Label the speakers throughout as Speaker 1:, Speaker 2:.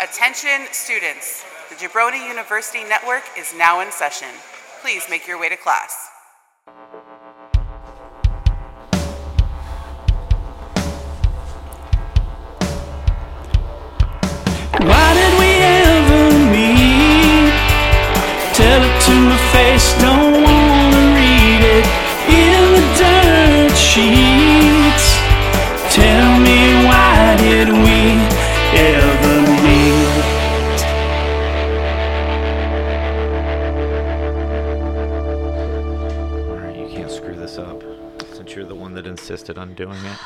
Speaker 1: Attention students, the Jabroni University Network is now in session. Please make your way to class.
Speaker 2: Why did we ever meet? Tell it to my face, don't wanna read it. In the dirt sheets. Tell me why did we ever meet?
Speaker 3: All right, you can't screw this up since you're the one that insisted on doing it.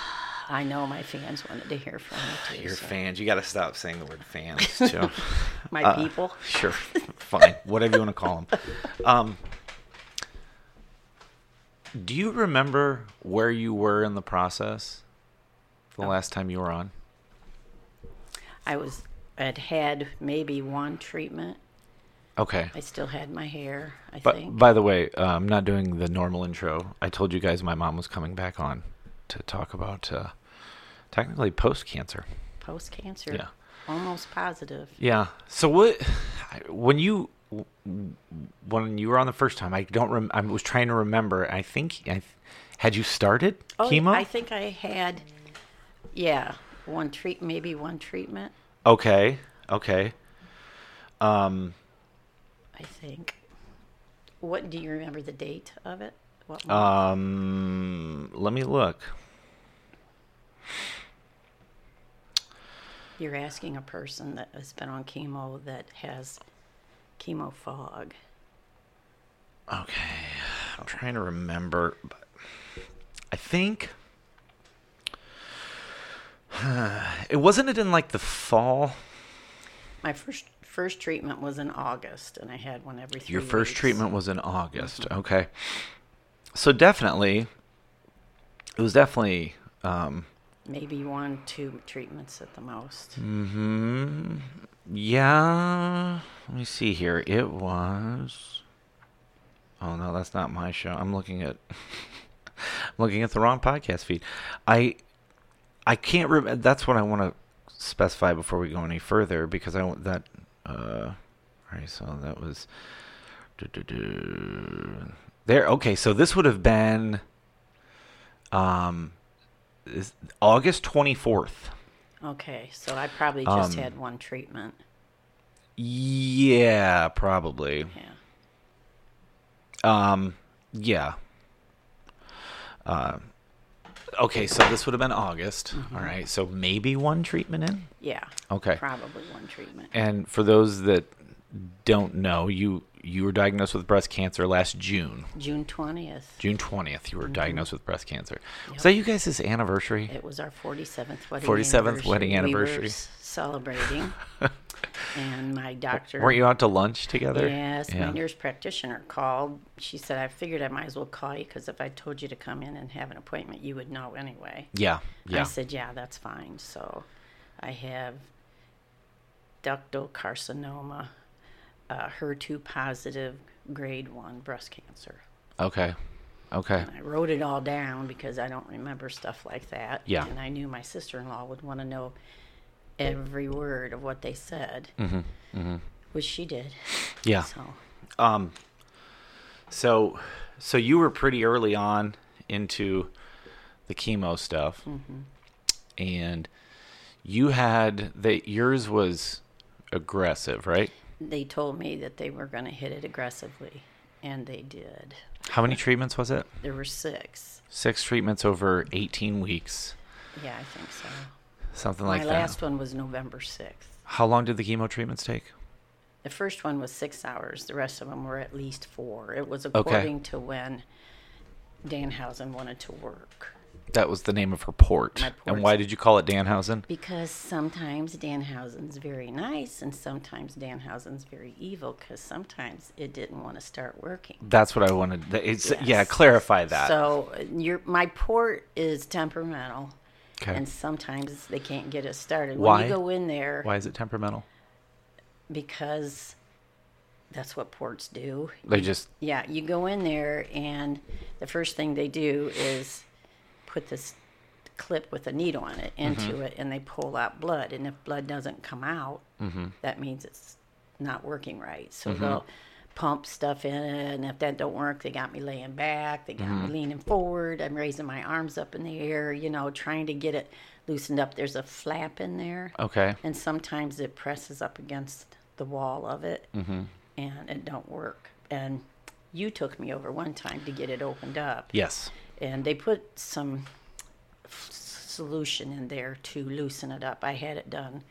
Speaker 4: I know my fans wanted to hear from me too.
Speaker 3: Your
Speaker 4: so-
Speaker 3: fans, you got to stop saying the word fans too.
Speaker 4: my
Speaker 3: Uh,
Speaker 4: people.
Speaker 3: Sure, fine, whatever you want to call them. Um, do you remember where you were in the process the last time you were on?
Speaker 4: I was had had maybe one treatment.
Speaker 3: Okay.
Speaker 4: I still had my hair. I
Speaker 3: But
Speaker 4: think.
Speaker 3: by the way, uh, I'm not doing the normal intro. I told you guys my mom was coming back on to talk about uh, technically post cancer.
Speaker 4: Post cancer.
Speaker 3: Yeah.
Speaker 4: Almost positive.
Speaker 3: Yeah. So what when you when you were on the first time, I don't rem- I was trying to remember. I think I had you started
Speaker 4: Oh, yeah,
Speaker 3: chemo?
Speaker 4: I think I had. Yeah, one treat maybe one treatment.
Speaker 3: okay. Okay.
Speaker 4: I think. What do you remember the date of it?
Speaker 3: Uh,
Speaker 4: What month?
Speaker 3: Um let me look.
Speaker 4: You're asking a person that has been on chemo that has chemo fog.
Speaker 3: Okay. I'm trying to remember. But I think it wasn't it in like the fall.
Speaker 4: My first first treatment was in August, and I had one every three.
Speaker 3: Your first
Speaker 4: weeks.
Speaker 3: treatment was in August.
Speaker 4: Mm-hmm.
Speaker 3: Okay. So definitely, it was definitely. Um,
Speaker 4: maybe one, two treatments at the most.
Speaker 3: Hmm. yeah. Let me see here. It was. Oh no, that's not my show. I'm looking at. I'm looking at the wrong podcast feed. I. I can't remember. That's what I want to specify before we go any further because I want that. Uh, all right. So that was. There. Okay. So this would have been. Um, is August twenty fourth.
Speaker 4: Okay, so I probably just
Speaker 3: Um,
Speaker 4: had one treatment.
Speaker 3: Yeah, probably.
Speaker 4: Yeah,
Speaker 3: Um, yeah. Uh, okay, so this would have been August.
Speaker 4: Mm-hmm.
Speaker 3: All right, so maybe one treatment in.
Speaker 4: yeah.
Speaker 3: Okay.
Speaker 4: Probably one treatment.
Speaker 3: And for those that don't know, you you were diagnosed with breast cancer last June,
Speaker 4: June twentieth.
Speaker 3: June twentieth. You
Speaker 4: Mm-hmm.
Speaker 3: were diagnosed with breast cancer. Was that you guys' anniversary?
Speaker 4: It was our forty seventh wedding.
Speaker 3: 47th wedding
Speaker 4: We were
Speaker 3: anniversary.
Speaker 4: s- celebrating, and my doctor.
Speaker 3: Weren't you out to lunch together?
Speaker 4: Yes,
Speaker 3: Yeah.
Speaker 4: my nurse practitioner called. She said, "I figured I might as well call you because if I told you to come in and have an appointment, you would know anyway."
Speaker 3: Yeah.
Speaker 4: I
Speaker 3: Yeah.
Speaker 4: said, yeah, that's fine. So I have ductal carcinoma, uh, HER2 positive, grade one breast cancer.
Speaker 3: Okay. Okay.
Speaker 4: I wrote it all down because I don't remember stuff like that.
Speaker 3: Yeah.
Speaker 4: And I knew my sister in law would want to know every word of what they said,
Speaker 3: Mm-hmm,
Speaker 4: which she did.
Speaker 3: Yeah.
Speaker 4: So,
Speaker 3: So, so you were pretty early on into the chemo stuff,
Speaker 4: Mm-hmm.
Speaker 3: and you had that yours was aggressive, right?
Speaker 4: they told me that they were going to hit it aggressively, and they did.
Speaker 3: How many treatments was it?
Speaker 4: There were six.
Speaker 3: Six treatments over eighteen weeks,
Speaker 4: Yeah, I think so.
Speaker 3: something like
Speaker 4: my
Speaker 3: that.
Speaker 4: last one was November 6th.
Speaker 3: How long did the chemo treatments take?
Speaker 4: The first one was six hours. The rest of them were at least four. It was
Speaker 3: Okay.
Speaker 4: according to when Danhausen wanted to work.
Speaker 3: That was the name of her port.
Speaker 4: My
Speaker 3: And
Speaker 4: port's-
Speaker 3: why did you call it Danhausen?
Speaker 4: Because sometimes Danhausen's very nice and sometimes Danhausen's very evil because sometimes it didn't want to start working.
Speaker 3: That's what I wanted. th- It's yeah,
Speaker 4: Yes.
Speaker 3: clarify that.
Speaker 4: So uh, your, my port is temperamental
Speaker 3: okay.
Speaker 4: and sometimes they can't get it started. When
Speaker 3: Why?
Speaker 4: you go in there,
Speaker 3: why is it temperamental?
Speaker 4: because that's what ports do,
Speaker 3: They just
Speaker 4: Yeah, you go in there, and the first thing they do is put this clip with a needle on it into it, and they pull out blood. And if blood doesn't come out, that means it's not working right. So they'll pump stuff in it, and if that don't work, they got me laying back, they got me leaning forward. I'm raising my arms up in the air, you know, trying to get it loosened up. There's a flap in there
Speaker 3: Okay.
Speaker 4: and sometimes it presses up against the wall of it and it don't work and you took me over one time to get it opened up
Speaker 3: Yes.
Speaker 4: and they put some f- solution in there to loosen it up i had it done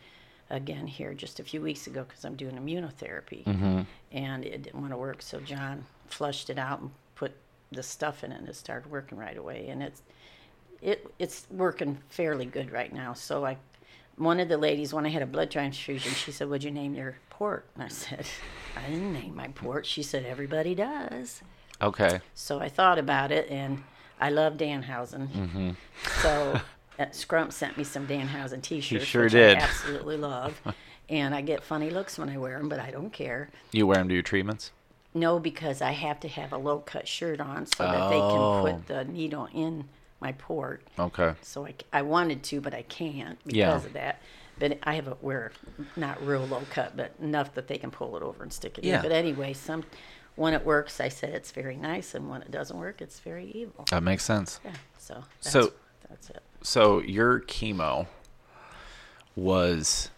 Speaker 4: again here just a few weeks ago because i'm doing immunotherapy and it didn't want to work so john flushed it out and put the stuff in it and it started working right away and it's it it's working fairly good right now. So I, one of the ladies when I had a blood transfusion, she said, "What'd you name your port?" And I said, "I didn't name my port." She said, "Everybody does."
Speaker 3: Okay.
Speaker 4: So I thought about it, and I love Danhausen.
Speaker 3: Mm-hmm.
Speaker 4: So uh, Scrump sent me some Danhausen T-shirts.
Speaker 3: sure
Speaker 4: which
Speaker 3: did.
Speaker 4: I absolutely love, and I get funny looks when I wear them, but I don't care.
Speaker 3: You wear them to your treatments?
Speaker 4: No, because I have to have a low cut shirt on so that they can
Speaker 3: Oh.
Speaker 4: put the needle in my port.
Speaker 3: Okay.
Speaker 4: So I, c- I wanted to, but I can't because
Speaker 3: Yeah.
Speaker 4: of that. But I have a wear not real low cut, but enough that they can pull it over and stick it
Speaker 3: Yeah.
Speaker 4: in. But anyway, some when it works, I said it's very nice, and when it doesn't work, it's very evil.
Speaker 3: That makes sense.
Speaker 4: Yeah. So that's,
Speaker 3: So-
Speaker 4: that's it.
Speaker 3: so your chemo was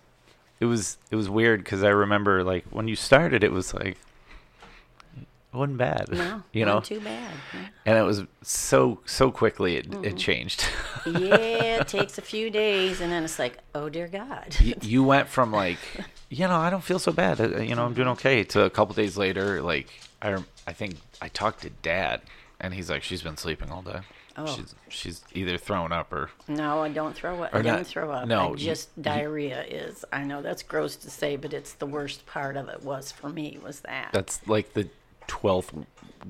Speaker 3: it was it was weird because I remember like when you started it was like it wasn't bad
Speaker 4: No,
Speaker 3: you know
Speaker 4: not too bad. Yeah.
Speaker 3: and it was so so quickly it, it changed
Speaker 4: yeah, it takes a few days, and then it's like, oh dear God.
Speaker 3: Y- you went from like you know I don't feel so bad uh, you know I'm doing okay to a couple days later like I rem- I think I talked to dad and he's like she's been sleeping all day
Speaker 4: Oh.
Speaker 3: she's she's either thrown up or
Speaker 4: No, I don't throw up. I
Speaker 3: Or
Speaker 4: don't
Speaker 3: not-
Speaker 4: throw up.
Speaker 3: no,
Speaker 4: I
Speaker 3: you-
Speaker 4: just
Speaker 3: you-
Speaker 4: diarrhea is. I know that's gross to say, but it's the worst part of it was for me was that.
Speaker 3: That's like the twelfth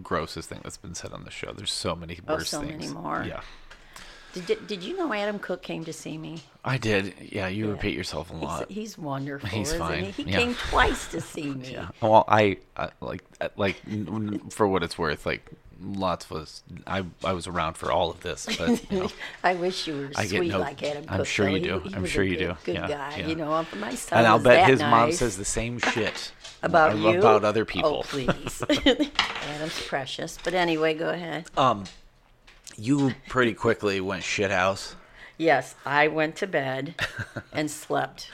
Speaker 3: grossest thing that's been said on the show. There's so many
Speaker 4: Oh,
Speaker 3: worse
Speaker 4: so
Speaker 3: things.
Speaker 4: many more.
Speaker 3: Yeah,
Speaker 4: Did, did you know Adam Cook came to see me?
Speaker 3: I did. Yeah, you repeat yourself a
Speaker 4: He's,
Speaker 3: lot.
Speaker 4: he's wonderful,
Speaker 3: He's
Speaker 4: isn't
Speaker 3: fine,
Speaker 4: he? He
Speaker 3: yeah.
Speaker 4: came twice to see me.
Speaker 3: yeah. Well, I, I like uh, like n- n- for what it's worth, like lots of us. I I was around for all of this, but you know,
Speaker 4: I wish you were
Speaker 3: I get
Speaker 4: sweet
Speaker 3: no-
Speaker 4: like Adam Cook.
Speaker 3: I'm sure you do.
Speaker 4: though. He, he
Speaker 3: I'm
Speaker 4: was a
Speaker 3: sure you
Speaker 4: good,
Speaker 3: do.
Speaker 4: Good
Speaker 3: Yeah,
Speaker 4: guy.
Speaker 3: yeah.
Speaker 4: You know, my son
Speaker 3: and I'll
Speaker 4: was
Speaker 3: bet
Speaker 4: that
Speaker 3: his mom
Speaker 4: nice.
Speaker 3: says the same shit
Speaker 4: about
Speaker 3: I-
Speaker 4: you?
Speaker 3: about other
Speaker 4: Oh,
Speaker 3: people.
Speaker 4: please. Adam's precious. But anyway, go ahead.
Speaker 3: Oh. you pretty quickly went shit house.
Speaker 4: Yes, I went to bed and slept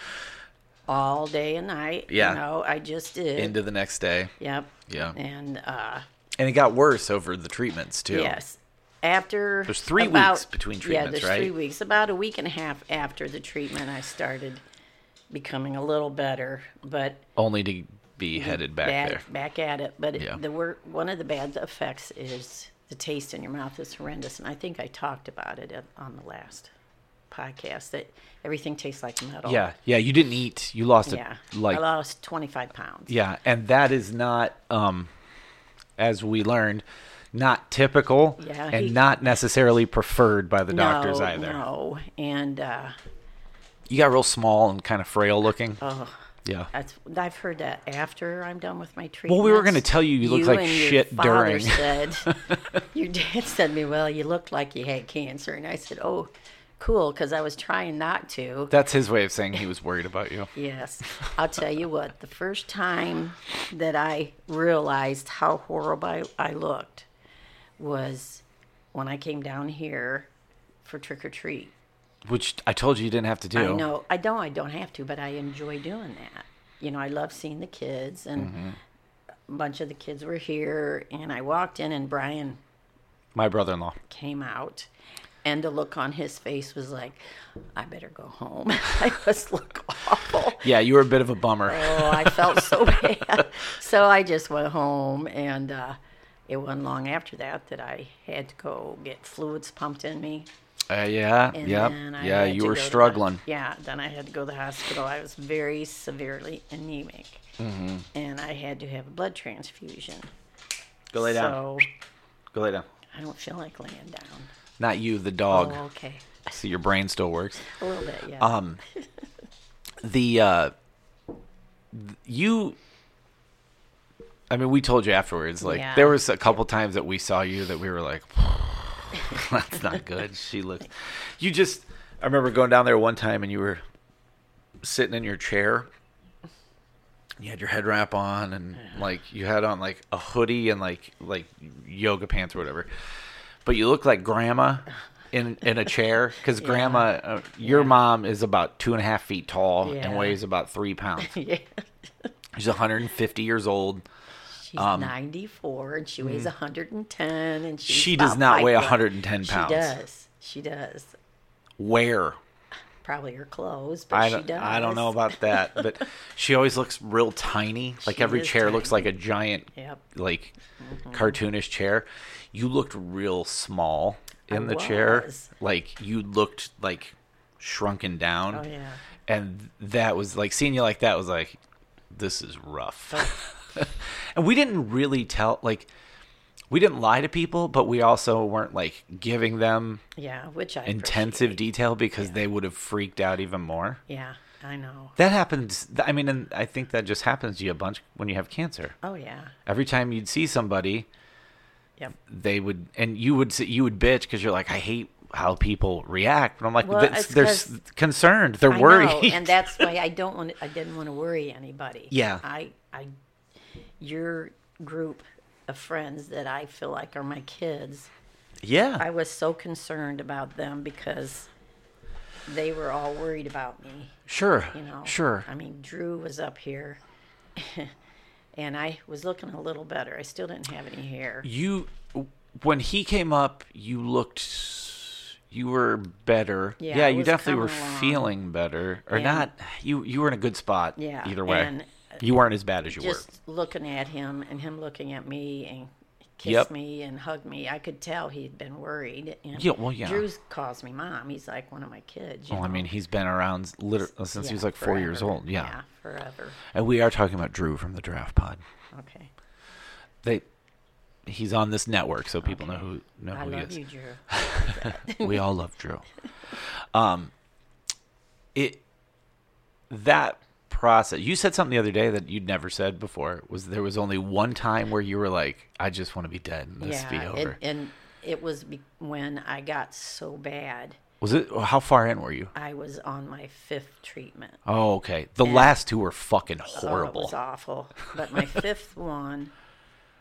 Speaker 4: all day and night.
Speaker 3: Yeah.
Speaker 4: You know, I just did.
Speaker 3: into the next day.
Speaker 4: yep.
Speaker 3: Yeah.
Speaker 4: And uh,
Speaker 3: And it got worse over the treatments too.
Speaker 4: Yes. After
Speaker 3: There's three
Speaker 4: about-
Speaker 3: weeks between
Speaker 4: yeah,
Speaker 3: treatments,
Speaker 4: there's
Speaker 3: right?
Speaker 4: three weeks. About a week and a half after the treatment, I started becoming a little better, but
Speaker 3: Only to be
Speaker 4: Mm-hmm.
Speaker 3: headed back
Speaker 4: bad-
Speaker 3: there.
Speaker 4: back at it. But it-
Speaker 3: Yeah.
Speaker 4: the wor- one of the bad effects is the taste in your mouth is horrendous, and I think I talked about it at, on the last podcast that everything tastes like metal.
Speaker 3: Yeah, yeah. You didn't eat. You lost
Speaker 4: Oh. yeah.
Speaker 3: it. Like
Speaker 4: I lost 25 pounds.
Speaker 3: yeah, and that is not, um, as we learned, not typical.
Speaker 4: Yeah,
Speaker 3: and
Speaker 4: he-
Speaker 3: not necessarily preferred by the doctors
Speaker 4: no,
Speaker 3: either.
Speaker 4: No, and uh,
Speaker 3: You got real small and kind of frail looking.
Speaker 4: oh,
Speaker 3: yeah.
Speaker 4: That's I've heard that after I'm done with my treatment.
Speaker 3: Well, we were gonna tell you you looked like
Speaker 4: and
Speaker 3: shit
Speaker 4: your father
Speaker 3: during.
Speaker 4: Said, your dad said to me, "Well, you looked like you had cancer," and I said, "Oh, cool," because I was trying not to.
Speaker 3: That's his way of saying he was worried about you.
Speaker 4: Yes, I'll tell you what. The first time that I realized how horrible I, I looked was when I came down here for trick or treat.
Speaker 3: Which I told you you didn't have to do.
Speaker 4: I know. I don't. I don't have to, but I enjoy doing that. You know, I love seeing the kids, and a bunch of the kids were here, and I walked in, and Brian
Speaker 3: My brother in law.
Speaker 4: came out, and the look on his face was like, "I better go home. I must look awful."
Speaker 3: Yeah, you were a bit of a bummer.
Speaker 4: Oh, I felt so bad. So I just went home, and uh, it wasn't long after that that I had to go get fluids pumped in me.
Speaker 3: Uh, yeah,
Speaker 4: And
Speaker 3: yeah,
Speaker 4: then I
Speaker 3: yeah.
Speaker 4: had
Speaker 3: You
Speaker 4: to
Speaker 3: were
Speaker 4: go to the-
Speaker 3: struggling.
Speaker 4: yeah, then I had to go to the hospital. I was very severely anemic,
Speaker 3: Mm-hmm.
Speaker 4: and I had to have a blood transfusion.
Speaker 3: Go lay down.
Speaker 4: So
Speaker 3: Go lay down.
Speaker 4: I don't feel like laying down.
Speaker 3: Not you, the dog.
Speaker 4: Oh, okay,
Speaker 3: See, your brain still works.
Speaker 4: a little bit, yeah.
Speaker 3: Um, the uh th- you I mean, we told you afterwards. Like,
Speaker 4: Yeah.
Speaker 3: there was a couple times that we saw you that we were like, That's not good. She looks. You just. I remember going down there one time and you were sitting in your chair. You had your head wrap on and like you had on like a hoodie and like like yoga pants or whatever. But you look like grandma in in a chair because grandma, uh, your mom is about two and a half feet tall
Speaker 4: Yeah.
Speaker 3: and weighs about three pounds.
Speaker 4: Yeah.
Speaker 3: She's 150 years old.
Speaker 4: She's
Speaker 3: um,
Speaker 4: 94 and she weighs 110 and she's
Speaker 3: mm. She does
Speaker 4: about
Speaker 3: not
Speaker 4: five
Speaker 3: weigh
Speaker 4: foot.
Speaker 3: 110 pounds.
Speaker 4: She does. She does.
Speaker 3: Where?
Speaker 4: Probably her clothes, but
Speaker 3: I
Speaker 4: she
Speaker 3: don't,
Speaker 4: does.
Speaker 3: I don't know about that, but she always looks real tiny. Like
Speaker 4: She
Speaker 3: every
Speaker 4: is
Speaker 3: chair looks like a giant,
Speaker 4: Yep. Mm-hmm.
Speaker 3: like cartoonish chair. You looked real small in
Speaker 4: I
Speaker 3: the chair.
Speaker 4: was.
Speaker 3: Like you looked like shrunken down.
Speaker 4: Oh, yeah.
Speaker 3: And that was like seeing you like that was like, this is rough.
Speaker 4: Oh.
Speaker 3: and we didn't really tell, like, we didn't lie to people, but we also weren't like giving them
Speaker 4: Yeah, which I
Speaker 3: intensive
Speaker 4: appreciate.
Speaker 3: detail because they would have freaked out even more.
Speaker 4: Yeah, I know.
Speaker 3: That happens. th- I mean, and I think that just happens to you a bunch when you have cancer.
Speaker 4: Oh yeah.
Speaker 3: Every time you'd see somebody,
Speaker 4: Yep.
Speaker 3: they would, and you would, s- you would bitch because you're like, I hate how people react. But I'm like,
Speaker 4: Well,
Speaker 3: "That's-
Speaker 4: it's
Speaker 3: they're
Speaker 4: 'cause-
Speaker 3: s- concerned, they're
Speaker 4: I
Speaker 3: worried.
Speaker 4: know, and that's why I don't want. I didn't want to worry anybody.
Speaker 3: Yeah.
Speaker 4: I, I, your group of friends that I feel like are my kids.
Speaker 3: yeah,
Speaker 4: I was so concerned about them because they were all worried about me.
Speaker 3: sure,
Speaker 4: You know.
Speaker 3: sure.
Speaker 4: I mean, Drew was up here, and I was looking a little better. I still didn't have any hair.
Speaker 3: You, when he came up, you looked. You were better.
Speaker 4: Yeah, I
Speaker 3: you
Speaker 4: was
Speaker 3: definitely were
Speaker 4: coming along.
Speaker 3: feeling better, or
Speaker 4: And-
Speaker 3: not. You you were in a good spot.
Speaker 4: Yeah,
Speaker 3: Either way,
Speaker 4: and, uh,
Speaker 3: you weren't as bad as you were.
Speaker 4: just looking at him and him looking at me and kissed
Speaker 3: Yep.
Speaker 4: me and hugged me. I could tell he'd been worried. And
Speaker 3: Yeah, well, yeah.
Speaker 4: Drew's calls me mom. He's like one of my kids. you
Speaker 3: Well, I
Speaker 4: know.
Speaker 3: mean, he's been around liter- uh, since he
Speaker 4: Yeah,
Speaker 3: was like four years
Speaker 4: forever.
Speaker 3: old. Yeah.
Speaker 4: forever.
Speaker 3: and we are talking about Drew from the Draft Pod.
Speaker 4: Okay.
Speaker 3: They, he's on this network, so people know who know
Speaker 4: I
Speaker 3: who
Speaker 4: love
Speaker 3: he
Speaker 4: you,
Speaker 3: is.
Speaker 4: Drew.
Speaker 3: we all love Drew. Um, it that process. You said something the other day that you'd never said before. Was there was only one time where you were like, "I just want to be dead and this
Speaker 4: yeah,
Speaker 3: be
Speaker 4: and-
Speaker 3: over."
Speaker 4: and it was be- when I got so bad.
Speaker 3: was it? How far in were you?
Speaker 4: I was on my fifth treatment.
Speaker 3: Oh, okay. The last two were fucking
Speaker 4: Oh, it
Speaker 3: horrible.
Speaker 4: was awful. But my fifth one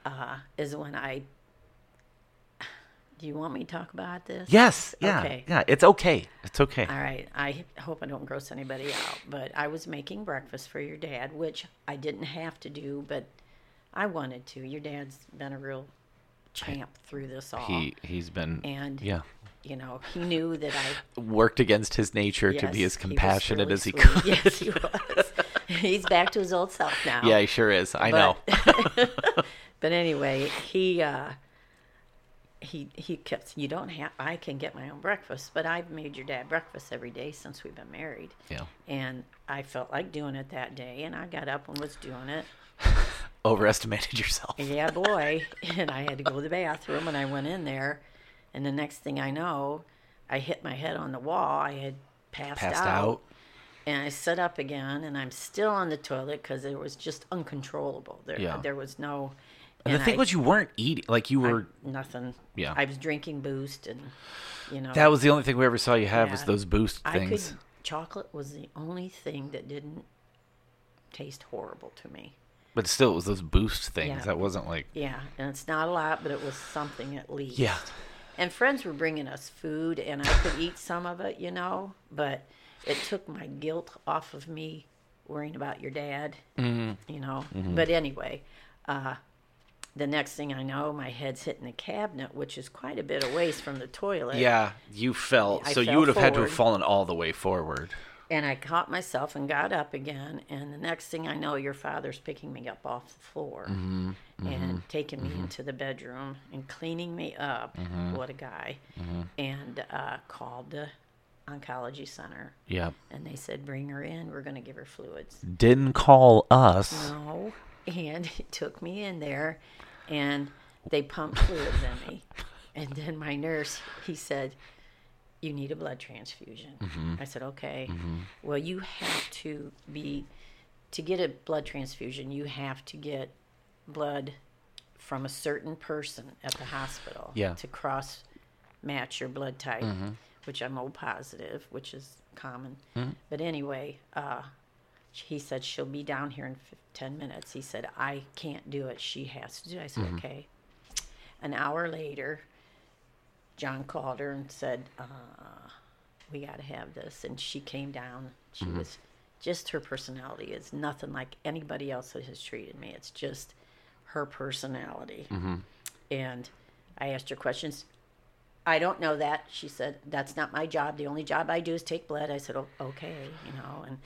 Speaker 4: uh, is when I. Do you want me to talk about this?
Speaker 3: yes. Yeah.
Speaker 4: Okay.
Speaker 3: Yeah. It's okay. It's okay.
Speaker 4: All right. I hope I don't gross anybody out, but I was making breakfast for your dad, which I didn't have to do, but I wanted to. Your dad's been a real champ through this all.
Speaker 3: He he's been
Speaker 4: and
Speaker 3: yeah
Speaker 4: you know, he knew that I
Speaker 3: worked against his nature to be
Speaker 4: yes,
Speaker 3: as
Speaker 4: he was
Speaker 3: compassionate
Speaker 4: really
Speaker 3: as he
Speaker 4: sweet.
Speaker 3: could.
Speaker 4: Yes, he was. He's back to his old self now.
Speaker 3: Yeah, he sure is. I know.
Speaker 4: But anyway, he uh, he he kept. You don't have. I can get my own breakfast, but I've made your dad breakfast every day since we've been married.
Speaker 3: Yeah.
Speaker 4: And I felt like doing it that day, and I got up and was doing it.
Speaker 3: Overestimated yourself.
Speaker 4: Yeah, boy. and I had to go to the bathroom, and I went in there, and the next thing I know, I hit my head on the wall. I had passed,
Speaker 3: Passed out.
Speaker 4: and I sit up again, and I'm still on the toilet because it was just uncontrollable. There,
Speaker 3: Yeah.
Speaker 4: there was no.
Speaker 3: And the thing
Speaker 4: I-
Speaker 3: was, you weren't eating. Like you were.
Speaker 4: nothing.
Speaker 3: Yeah.
Speaker 4: I was drinking Boost, and you know
Speaker 3: that was the only thing we ever saw you have was
Speaker 4: Yeah.
Speaker 3: those boost
Speaker 4: I
Speaker 3: things.
Speaker 4: could. Chocolate was the only thing that didn't taste horrible to me.
Speaker 3: But still, it was those boost things.
Speaker 4: Yeah.
Speaker 3: That wasn't like.
Speaker 4: Yeah, and it's not a lot, but it was something at least.
Speaker 3: Yeah.
Speaker 4: And friends were bringing us food, and I could eat some of it, you know, but it took my guilt off of me worrying about your dad,
Speaker 3: Mm-hmm.
Speaker 4: you know. But anyway, uh, the next thing I know, my head's hitting the cabinet, which is quite a bit of ways from the toilet.
Speaker 3: Yeah, you fell.
Speaker 4: I
Speaker 3: so you
Speaker 4: fell
Speaker 3: would have had to have
Speaker 4: forward.
Speaker 3: fallen all the way forward.
Speaker 4: And I caught myself and got up again. And the next thing I know, your father's picking me up off the floor and taking me into the bedroom and cleaning me up. What a guy. And uh, called the oncology center.
Speaker 3: Yeah.
Speaker 4: And they said, bring her in. We're going to give her fluids.
Speaker 3: Didn't call us.
Speaker 4: No. And he took me in there and they pumped fluids in me. And then my nurse, he said, You need a blood transfusion. I said, Okay. Well, you have to be, to get a blood transfusion, you have to get blood from a certain person at the hospital
Speaker 3: Yeah.
Speaker 4: to cross match your blood type, which I'm O positive, which is common. But anyway, uh, he said she'll be down here in fif- 10 minutes. He said, I can't do it. She has to do it. I said, okay. An hour later, John called her and said, uh, we got to have this. And she came down. She was just her personality is nothing like anybody else that has treated me. It's just her personality.
Speaker 3: Mm-hmm.
Speaker 4: And I asked her questions. I don't know that. She said, That's not my job. The only job I do is take blood. I said, oh, Okay, you know. And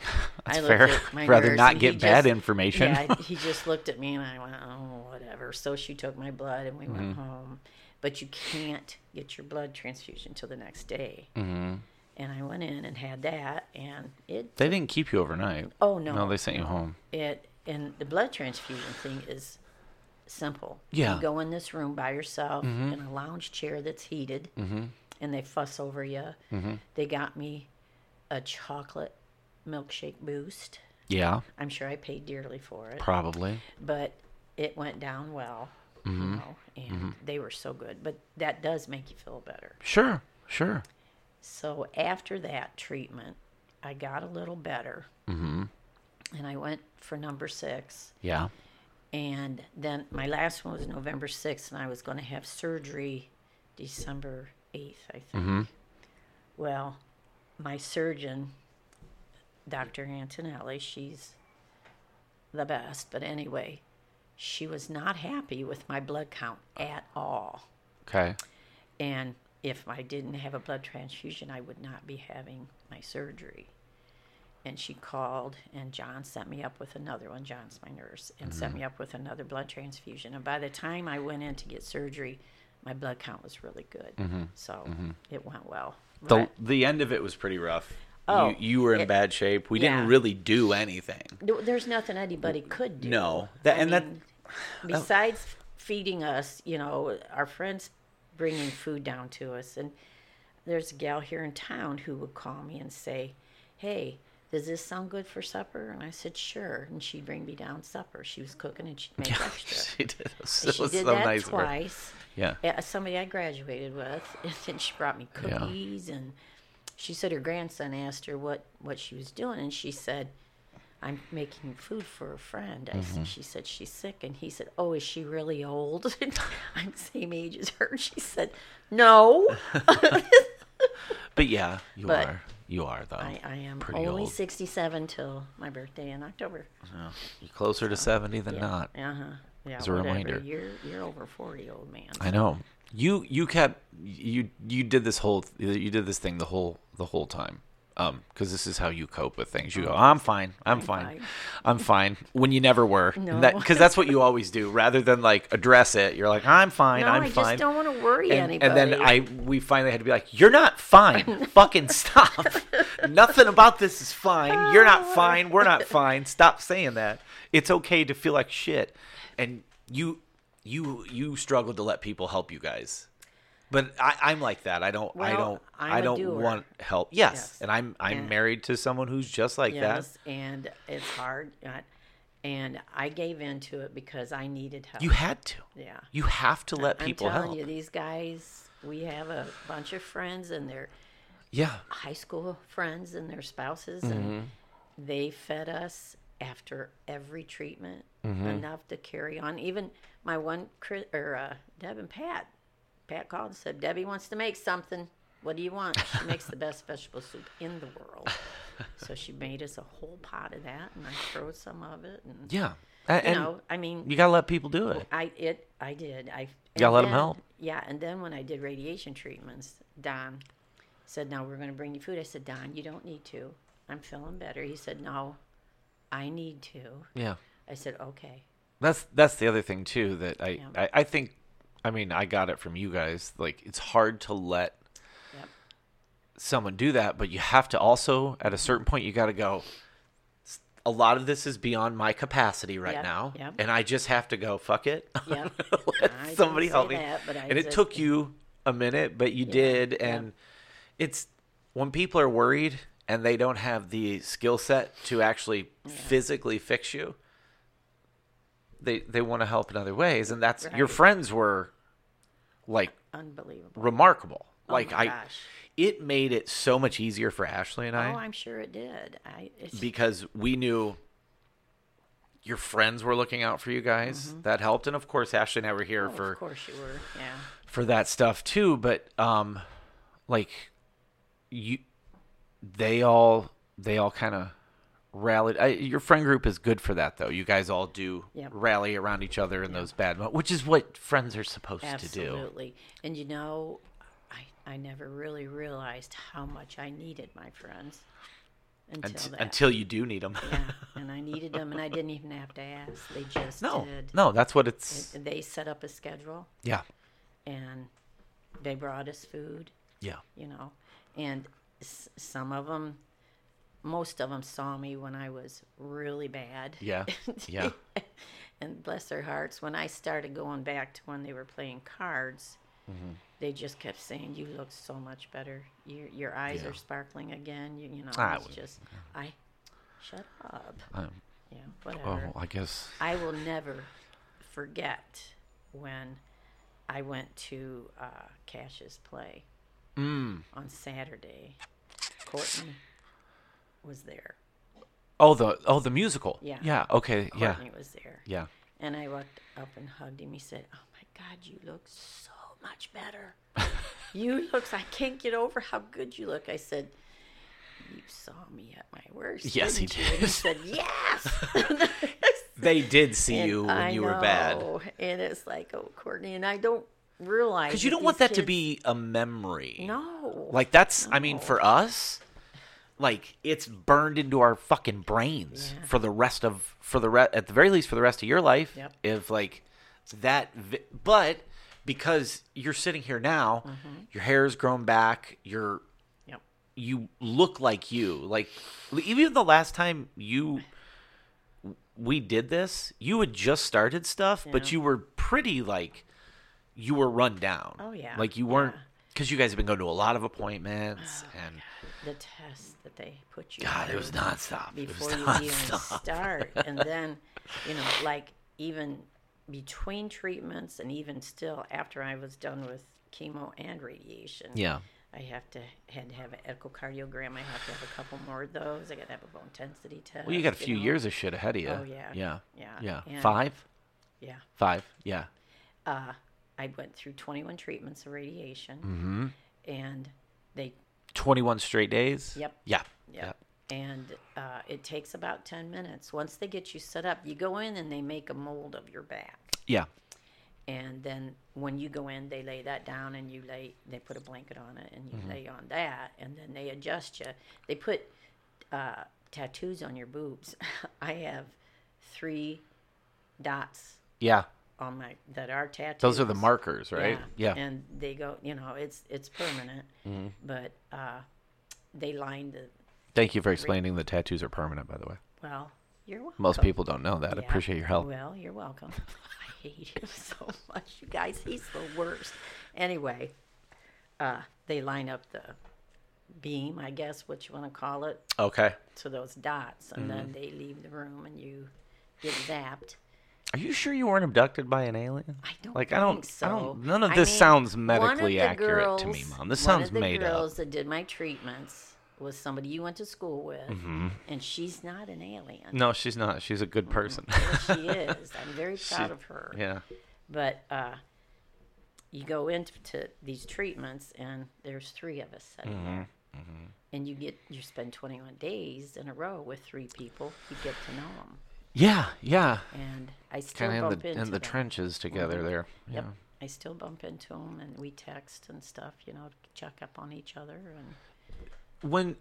Speaker 4: I looked
Speaker 3: fair.
Speaker 4: at my
Speaker 3: Rather
Speaker 4: nurse
Speaker 3: not
Speaker 4: and he
Speaker 3: get bad
Speaker 4: just-
Speaker 3: information.
Speaker 4: Yeah, he just looked at me and I went, Oh, whatever. So she took my blood and we went
Speaker 3: Mm-hmm.
Speaker 4: home. But you can't get your blood transfusion till the next day.
Speaker 3: Mm-hmm.
Speaker 4: And I went in and had that, and it
Speaker 3: They didn't keep you overnight.
Speaker 4: Oh, no.
Speaker 3: No, they sent you home.
Speaker 4: it and the blood transfusion thing is simple.
Speaker 3: Yeah.
Speaker 4: You go in this room by yourself in a lounge chair that's heated and they fuss over you. They got me a chocolate milkshake boost.
Speaker 3: Yeah,
Speaker 4: I'm sure I paid dearly for it,
Speaker 3: probably.
Speaker 4: but it went down well, you know, and they were so good. But that does make you feel better.
Speaker 3: Sure, sure.
Speaker 4: So after that treatment, I got a little better. Mm-hmm. And I went for number six.
Speaker 3: Yeah.
Speaker 4: And then my last one was November 6th, and I was going to have surgery December 8th, I think. Well, my surgeon, Dr. Antonelli, she's the best, but anyway, she was not happy with my blood count at all.
Speaker 3: Okay.
Speaker 4: And if I didn't have a blood transfusion, I would not be having my surgery. And she called, and John sent me up with another one. John's my nurse, and
Speaker 3: Mm-hmm.
Speaker 4: sent me up with another blood transfusion. And by the time I went in to get surgery, my blood count was really good. So it went well.
Speaker 3: Mm-hmm. The
Speaker 4: But-
Speaker 3: the end of it was pretty rough.
Speaker 4: Oh,
Speaker 3: you, you were in
Speaker 4: it-
Speaker 3: bad shape. We didn't
Speaker 4: yeah.
Speaker 3: really do anything.
Speaker 4: There- There's nothing anybody could do.
Speaker 3: No. That- and that- Oh.
Speaker 4: besides feeding us, you know, our friends bringing food down to us, and there's a gal here in town who would call me and say, "Hey, does this sound good for supper?" And I said, "Sure." And she'd bring me down supper. She was cooking and she'd make extra.
Speaker 3: she did. It was,
Speaker 4: And
Speaker 3: it
Speaker 4: she
Speaker 3: was
Speaker 4: did
Speaker 3: so
Speaker 4: that
Speaker 3: nice of her.
Speaker 4: twice.
Speaker 3: Yeah.
Speaker 4: Yeah, somebody I graduated with, and then she brought me cookies, and she said her grandson asked her what what she was doing, and she said, "I'm making food for a friend." I s
Speaker 3: Mm-hmm.
Speaker 4: she said she's sick, and he said, "Oh, is she really old?" I'm the same age as her. She said, "No,
Speaker 3: But yeah, you
Speaker 4: But-
Speaker 3: are. You are though.
Speaker 4: I, I am
Speaker 3: Pretty
Speaker 4: only
Speaker 3: old.
Speaker 4: 67 till my birthday in October."
Speaker 3: You're closer to seventy than not.
Speaker 4: Uh huh. Yeah.
Speaker 3: As a
Speaker 4: whatever.
Speaker 3: reminder.
Speaker 4: you're you're over 40, old man.
Speaker 3: I know. You you kept you you did this whole you did this thing the whole the whole time. Um, because this is how you cope with things. You go, I'm fine, I'm, fine.
Speaker 4: fine."
Speaker 3: I'm fine. When you never were,
Speaker 4: No.
Speaker 3: because that's what you always do. Rather than like address it, you're like, I'm fine,
Speaker 4: No,
Speaker 3: I'm
Speaker 4: I just
Speaker 3: fine.
Speaker 4: don't wanna worry
Speaker 3: and, And then I
Speaker 4: anybody.
Speaker 3: we finally had to be like, you're not fine. Fucking stop. Nothing about this is fine. You're
Speaker 4: Oh.
Speaker 3: not fine. We're not fine. Stop saying that. It's okay to feel like shit. And you you you struggle to let people help you guys. But I, I'm like that. I don't. I
Speaker 4: Well,
Speaker 3: don't.
Speaker 4: I'm
Speaker 3: I
Speaker 4: a
Speaker 3: don't
Speaker 4: doer.
Speaker 3: want help. Yes.
Speaker 4: Yes.
Speaker 3: and I'm. I'm
Speaker 4: Yeah.
Speaker 3: married to someone who's just like
Speaker 4: Yes, and it's hard. uh, And I gave in to it because I needed help.
Speaker 3: that. You had to.
Speaker 4: Yeah.
Speaker 3: You have to let people
Speaker 4: I'm telling
Speaker 3: help.
Speaker 4: you, these guys. We have a bunch of friends, and they're
Speaker 3: Yeah.
Speaker 4: high school friends and their spouses,
Speaker 3: Mm-hmm.
Speaker 4: and they fed us after every treatment
Speaker 3: Mm-hmm.
Speaker 4: enough to carry on. Even my one Chris, or uh, Deb and Pat, Pat called and said, "Debbie wants to make something. What do you want? She makes the best vegetable soup in the world." So she made us a whole pot of that, and I threw some of it. And,
Speaker 3: Yeah. A- And,
Speaker 4: you know, I mean,
Speaker 3: you gotta let people do it.
Speaker 4: I it I did. I
Speaker 3: gotta
Speaker 4: and
Speaker 3: let 'em
Speaker 4: then-
Speaker 3: help.
Speaker 4: Yeah, and then when I did radiation treatments, Don said, "No, we're going to bring you food." I said, "Don, you don't need to. I'm feeling better." He said, "No, I need to."
Speaker 3: Yeah.
Speaker 4: I said, "Okay."
Speaker 3: That's that's the other thing too that I, I I think I mean I got it from you guys like it's hard to let
Speaker 4: Yep.
Speaker 3: someone do that but you have to also at a certain point you got to go "S- a lot of this is beyond my capacity right
Speaker 4: Yep,
Speaker 3: now
Speaker 4: yep.
Speaker 3: and I just have to go fuck it
Speaker 4: Yep.
Speaker 3: let
Speaker 4: I didn't
Speaker 3: somebody help
Speaker 4: say
Speaker 3: me
Speaker 4: that, but I
Speaker 3: and it
Speaker 4: just-
Speaker 3: took you a minute but you did and it's when people are worried and they don't have the skill set to actually physically fix you they they want to help in other ways and that's your
Speaker 4: Right.
Speaker 3: friends were like
Speaker 4: Unbelievable.
Speaker 3: remarkable Like
Speaker 4: Oh my
Speaker 3: I,
Speaker 4: gosh.
Speaker 3: it made it so much easier for Ashley and I
Speaker 4: Oh, I'm sure it did. I it's,
Speaker 3: because we knew your friends were looking out for you guys. That helped, and of course, Ashley and I were here
Speaker 4: Mm-hmm. oh,
Speaker 3: for
Speaker 4: of course you were. Yeah.
Speaker 3: for that stuff too. But um, like you, they all they all kind of rallied. I, your friend group is good for that, though. You guys all do
Speaker 4: Yep.
Speaker 3: rally around each other in those bad moments, which is what friends are supposed to do.
Speaker 4: Absolutely. And you know, I, I never really realized how much I needed my friends until
Speaker 3: Unt-
Speaker 4: that.
Speaker 3: until you do need them.
Speaker 4: yeah, and I needed them, and I didn't even have to ask. They just
Speaker 3: no,
Speaker 4: did.
Speaker 3: no, that's what it's.
Speaker 4: And They set up a schedule,
Speaker 3: yeah,
Speaker 4: and they brought us food,
Speaker 3: yeah.
Speaker 4: you know, and s- some of them. Most of them saw me when I was really bad.
Speaker 3: Yeah, yeah.
Speaker 4: and bless their hearts, when I started going back to when they were playing cards,
Speaker 3: Mm-hmm.
Speaker 4: they just kept saying, "You look so much better. Your your eyes
Speaker 3: Yeah.
Speaker 4: are sparkling again. You, you know,
Speaker 3: Ah,
Speaker 4: it's
Speaker 3: well,
Speaker 4: just I shut up.
Speaker 3: Um,
Speaker 4: Yeah, whatever.
Speaker 3: oh, I guess.
Speaker 4: I will never forget when I went to uh, Cash's play
Speaker 3: Mm.
Speaker 4: on Saturday. Courtney was there.
Speaker 3: Oh, the oh the musical.
Speaker 4: Yeah.
Speaker 3: Yeah. Okay. Yeah.
Speaker 4: Courtney was there.
Speaker 3: Yeah.
Speaker 4: And I walked up and hugged him. He said, Oh my God, you look so much better. you look, I can't get over how good you look. I said, You saw me at my worst.
Speaker 3: Yes, he
Speaker 4: didn't you?" And he
Speaker 3: did.
Speaker 4: said, Yes.
Speaker 3: They did see
Speaker 4: And
Speaker 3: you when
Speaker 4: I
Speaker 3: you were bad.
Speaker 4: know. And it's like, Oh, Courtney. And I don't realize.
Speaker 3: Because you don't
Speaker 4: these
Speaker 3: want that to
Speaker 4: kids-
Speaker 3: be a memory.
Speaker 4: No.
Speaker 3: Like that's I mean for us, like it's burned into our fucking brains for the rest of for the re- at the very least for the rest of your life.
Speaker 4: Yep.
Speaker 3: If like that, vi- but because you're sitting here now,
Speaker 4: Mm-hmm.
Speaker 3: your hair's grown back. You're
Speaker 4: Yep.
Speaker 3: you look like you like even the last time you we did this you had just started stuff but
Speaker 4: Yeah.
Speaker 3: you were pretty like you were run down
Speaker 4: Oh, yeah. Oh,
Speaker 3: like you weren't because you guys have been going to a lot of appointments and
Speaker 4: The test that they put you
Speaker 3: god it
Speaker 4: through.
Speaker 3: was nonstop it was
Speaker 4: before you even
Speaker 3: nonstop
Speaker 4: start. And then, you know, like even between treatments and even still after I was done with chemo and radiation.
Speaker 3: yeah
Speaker 4: I have to had to have an echocardiogram. I have to have a couple more of those. I got to have a bone intensity test.
Speaker 3: well you got a few
Speaker 4: know?
Speaker 3: years of shit ahead of you
Speaker 4: Oh, yeah.
Speaker 3: yeah
Speaker 4: Yeah.
Speaker 3: yeah
Speaker 4: And-
Speaker 3: five
Speaker 4: Yeah.
Speaker 3: five yeah
Speaker 4: I went through 21 treatments of radiation.
Speaker 3: Mm-hmm.
Speaker 4: And they
Speaker 3: 21 straight days
Speaker 4: Yep.
Speaker 3: yeah
Speaker 4: Yeah. And uh, it takes about 10 minutes. Once they get you set up, you go in and they make a mold of your back.
Speaker 3: yeah
Speaker 4: and then when you go in they lay that down and you lay they put a blanket on it and you
Speaker 3: Mm-hmm.
Speaker 4: lay on that and then they adjust you they put uh, tattoos on your boobs i have three dots
Speaker 3: yeah
Speaker 4: on my that are tattoos
Speaker 3: those are the markers right yeah yeah,
Speaker 4: and they go you know it's it's permanent
Speaker 3: Mm-hmm.
Speaker 4: but uh, they line the
Speaker 3: thank you for explaining the tattoos are permanent by the way
Speaker 4: well you're welcome.
Speaker 3: Most people don't know that. I
Speaker 4: Yeah.
Speaker 3: appreciate your help.
Speaker 4: Well, you're welcome. I hate him so much, you guys. He's the worst. Anyway, uh, they line up the beam, I guess, what you want to call it,
Speaker 3: Okay.
Speaker 4: to those dots, and
Speaker 3: Mm-hmm.
Speaker 4: then they leave the room, and you get zapped.
Speaker 3: Are you sure you weren't abducted by an alien?
Speaker 4: I don't
Speaker 3: like.
Speaker 4: think
Speaker 3: I don't.
Speaker 4: So.
Speaker 3: I don't. None of
Speaker 4: I
Speaker 3: this
Speaker 4: mean,
Speaker 3: sounds
Speaker 4: one of
Speaker 3: medically
Speaker 4: the
Speaker 3: accurate to me,
Speaker 4: girls-
Speaker 3: mom. This
Speaker 4: one
Speaker 3: sounds
Speaker 4: of the
Speaker 3: made
Speaker 4: girls
Speaker 3: up.
Speaker 4: that did my treatments was somebody you went to school with,
Speaker 3: Mm-hmm.
Speaker 4: and she's not an alien.
Speaker 3: No, she's not. She's a good person.
Speaker 4: she is. I'm very proud of her.
Speaker 3: yeah.
Speaker 4: But uh, you go into these treatments, and there's three of us sitting
Speaker 3: Mm-hmm.
Speaker 4: there, and you get you spend 21 days in a row with three people. You get to know them,
Speaker 3: Yeah. Yeah.
Speaker 4: and I still
Speaker 3: Kind of in
Speaker 4: bump
Speaker 3: the
Speaker 4: into
Speaker 3: in the
Speaker 4: them. Mm-hmm.
Speaker 3: trenches together there. Yeah.
Speaker 4: Yep, I still bump into them, and we text and stuff. You know, check up on each other, and
Speaker 3: When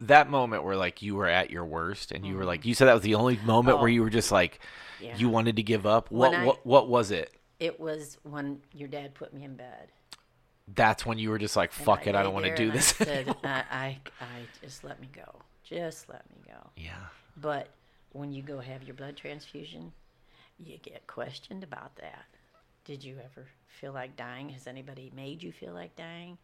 Speaker 3: that moment where like you were at your worst and you were like you said that was the only moment where you were just like
Speaker 4: Mm-hmm. Oh. Yeah.
Speaker 3: you wanted to give up. What
Speaker 4: I-
Speaker 3: what what was it?
Speaker 4: it was when your dad put me in bed.
Speaker 3: That's when you were just like fuck it. I
Speaker 4: lay
Speaker 3: don't want to
Speaker 4: there
Speaker 3: do
Speaker 4: and I
Speaker 3: this.
Speaker 4: said, I, I, I just let me go. Just let me go.
Speaker 3: yeah.
Speaker 4: But when you go have your blood transfusion, you get questioned about that. Did you ever feel like dying? Has anybody made you feel like dying?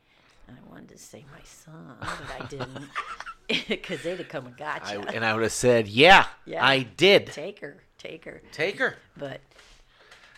Speaker 4: And I wanted to say my son, but I didn't because they'd have come and got
Speaker 3: I,
Speaker 4: you.
Speaker 3: and I would have said, yeah,
Speaker 4: Yeah.
Speaker 3: I did.
Speaker 4: Take her, take her.
Speaker 3: Take her.
Speaker 4: But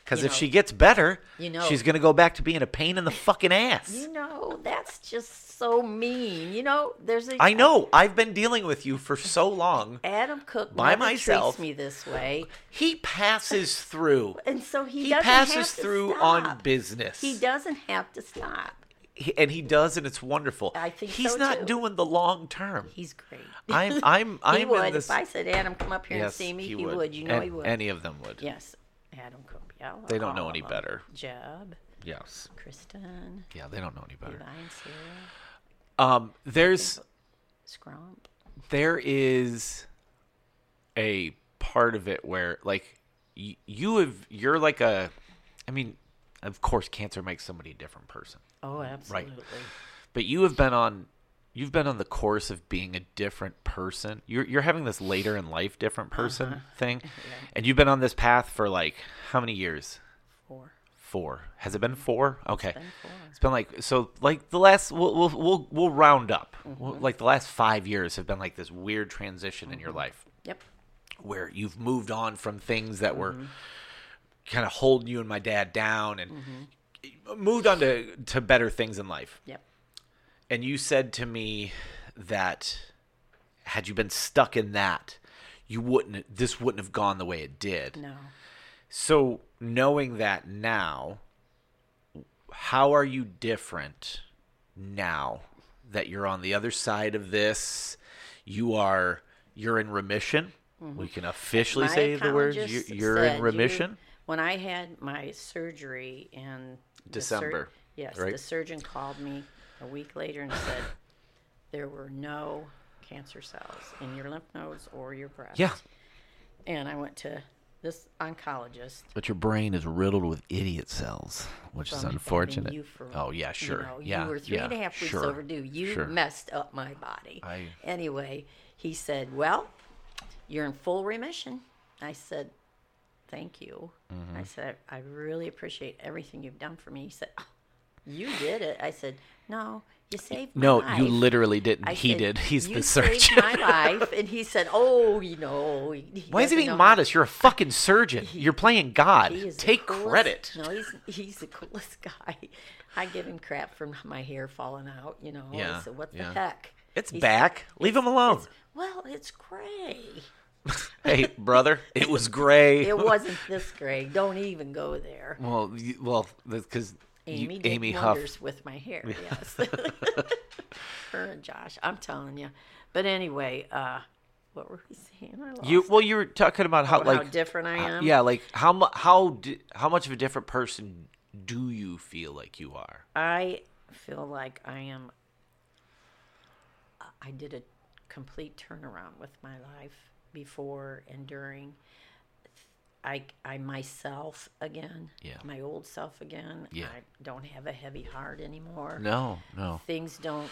Speaker 3: Because
Speaker 4: you
Speaker 3: if
Speaker 4: know.
Speaker 3: she gets better,
Speaker 4: You know.
Speaker 3: she's gonna go back to being a pain in the fucking ass.
Speaker 4: You know, that's just so mean. You know, there's a
Speaker 3: I know. I've been dealing with you for so long.
Speaker 4: Adam Cook
Speaker 3: By
Speaker 4: never
Speaker 3: myself.
Speaker 4: treats me this way,
Speaker 3: He passes through.
Speaker 4: and so he,
Speaker 3: He
Speaker 4: doesn't have
Speaker 3: passes
Speaker 4: to
Speaker 3: through
Speaker 4: stop.
Speaker 3: on business.
Speaker 4: He doesn't have to stop.
Speaker 3: He- and he does, and it's wonderful.
Speaker 4: I think
Speaker 3: he's
Speaker 4: so,
Speaker 3: not
Speaker 4: too.
Speaker 3: doing the long term.
Speaker 4: He's great.
Speaker 3: I'm, I'm, I'm
Speaker 4: he
Speaker 3: in
Speaker 4: would.
Speaker 3: this.
Speaker 4: If I said, Adam, come up here and see me, he, would. You know
Speaker 3: and,
Speaker 4: he would.
Speaker 3: Any of them would.
Speaker 4: yes, Adam Cook. Yeah,
Speaker 3: They don't know
Speaker 4: all
Speaker 3: any
Speaker 4: of 'em.
Speaker 3: better.
Speaker 4: Jeb,
Speaker 3: Yes.
Speaker 4: Kristen,
Speaker 3: Yeah, they don't know any better.
Speaker 4: Divine Sarah,
Speaker 3: Um, there's
Speaker 4: Scrump.
Speaker 3: there is a part of it where like y- you have you're like a I mean, of course cancer makes somebody a different person.
Speaker 4: Oh, absolutely.
Speaker 3: But you have been on you've been on the course of being a different person. You're you're having this later in life different person thing. And you've been on this path for like how many years?
Speaker 4: Four.
Speaker 3: Four. Has it been four? Okay. It's been, like so like the last we'll we'll we'll, we'll round up. We'll- like the last 5 years have been like this weird transition in your life
Speaker 4: Yep.
Speaker 3: where you've moved on from things that were kind of holding you and my dad down and moved on to to better things in life
Speaker 4: Yep.
Speaker 3: and you said to me that had you been stuck in that you wouldn't this wouldn't have gone the way it did
Speaker 4: No.
Speaker 3: so knowing that now how are you different now that you're on the other side of this you are you're in remission we can officially
Speaker 4: Mm-hmm. My
Speaker 3: say the words you,
Speaker 4: oncologist
Speaker 3: you're
Speaker 4: said
Speaker 3: in
Speaker 4: you-
Speaker 3: remission
Speaker 4: when I had my surgery in the sur-
Speaker 3: December,
Speaker 4: yes,
Speaker 3: right?
Speaker 4: the surgeon called me a week later and said there were no cancer cells in your lymph nodes or your breast.
Speaker 3: yeah
Speaker 4: And I went to this oncologist.
Speaker 3: but your brain is riddled with idiot cells which is
Speaker 4: from having
Speaker 3: unfortunate
Speaker 4: you for-
Speaker 3: oh yeah sure
Speaker 4: You, know,
Speaker 3: yeah
Speaker 4: you were three
Speaker 3: yeah,
Speaker 4: and a half weeks
Speaker 3: sure.
Speaker 4: overdue. You
Speaker 3: sure.
Speaker 4: messed up my body.
Speaker 3: I-
Speaker 4: Anyway, he said, "Well, you're in full remission." I said, "Thank you."
Speaker 3: Mm-hmm.
Speaker 4: I said, "I really appreciate everything you've done for me." He said, "Oh, "You did it." I said, "No, you saved my
Speaker 3: No,
Speaker 4: life."
Speaker 3: you literally didn't.
Speaker 4: I
Speaker 3: he
Speaker 4: said,
Speaker 3: did. He's
Speaker 4: "You
Speaker 3: the
Speaker 4: saved
Speaker 3: surgeon.
Speaker 4: my life, and he said, "Oh, you know." He, he
Speaker 3: Why is he
Speaker 4: doesn't know
Speaker 3: being
Speaker 4: how-
Speaker 3: modest? You're a fucking surgeon. You're playing God.
Speaker 4: He is the
Speaker 3: Take
Speaker 4: coolest-
Speaker 3: credit.
Speaker 4: No, he's he's the coolest guy. I give him crap for my hair falling out. You know.
Speaker 3: Yeah,
Speaker 4: I said, what the
Speaker 3: yeah.
Speaker 4: heck?
Speaker 3: It's
Speaker 4: He's-
Speaker 3: back. Leave him alone.
Speaker 4: Well, it's gray.
Speaker 3: hey, brother, it was gray.
Speaker 4: It wasn't this gray. Don't even go there.
Speaker 3: well, you, well, because
Speaker 4: Amy
Speaker 3: Amy,
Speaker 4: did
Speaker 3: Amy Huff.
Speaker 4: wonders with my hair. Yes. Her and Josh. I'm telling you. But anyway, uh, what were we saying? I lost
Speaker 3: You well, you were talking about how
Speaker 4: About how
Speaker 3: like
Speaker 4: different I
Speaker 3: how-
Speaker 4: am?
Speaker 3: Yeah, like how mu- how di- how much of a different person do you feel like you are?
Speaker 4: I feel like I am. I did a complete turnaround with my life before and during. I, I myself again.
Speaker 3: Yeah.
Speaker 4: My old self again.
Speaker 3: Yeah.
Speaker 4: I don't have a heavy heart anymore.
Speaker 3: No, no.
Speaker 4: Things don't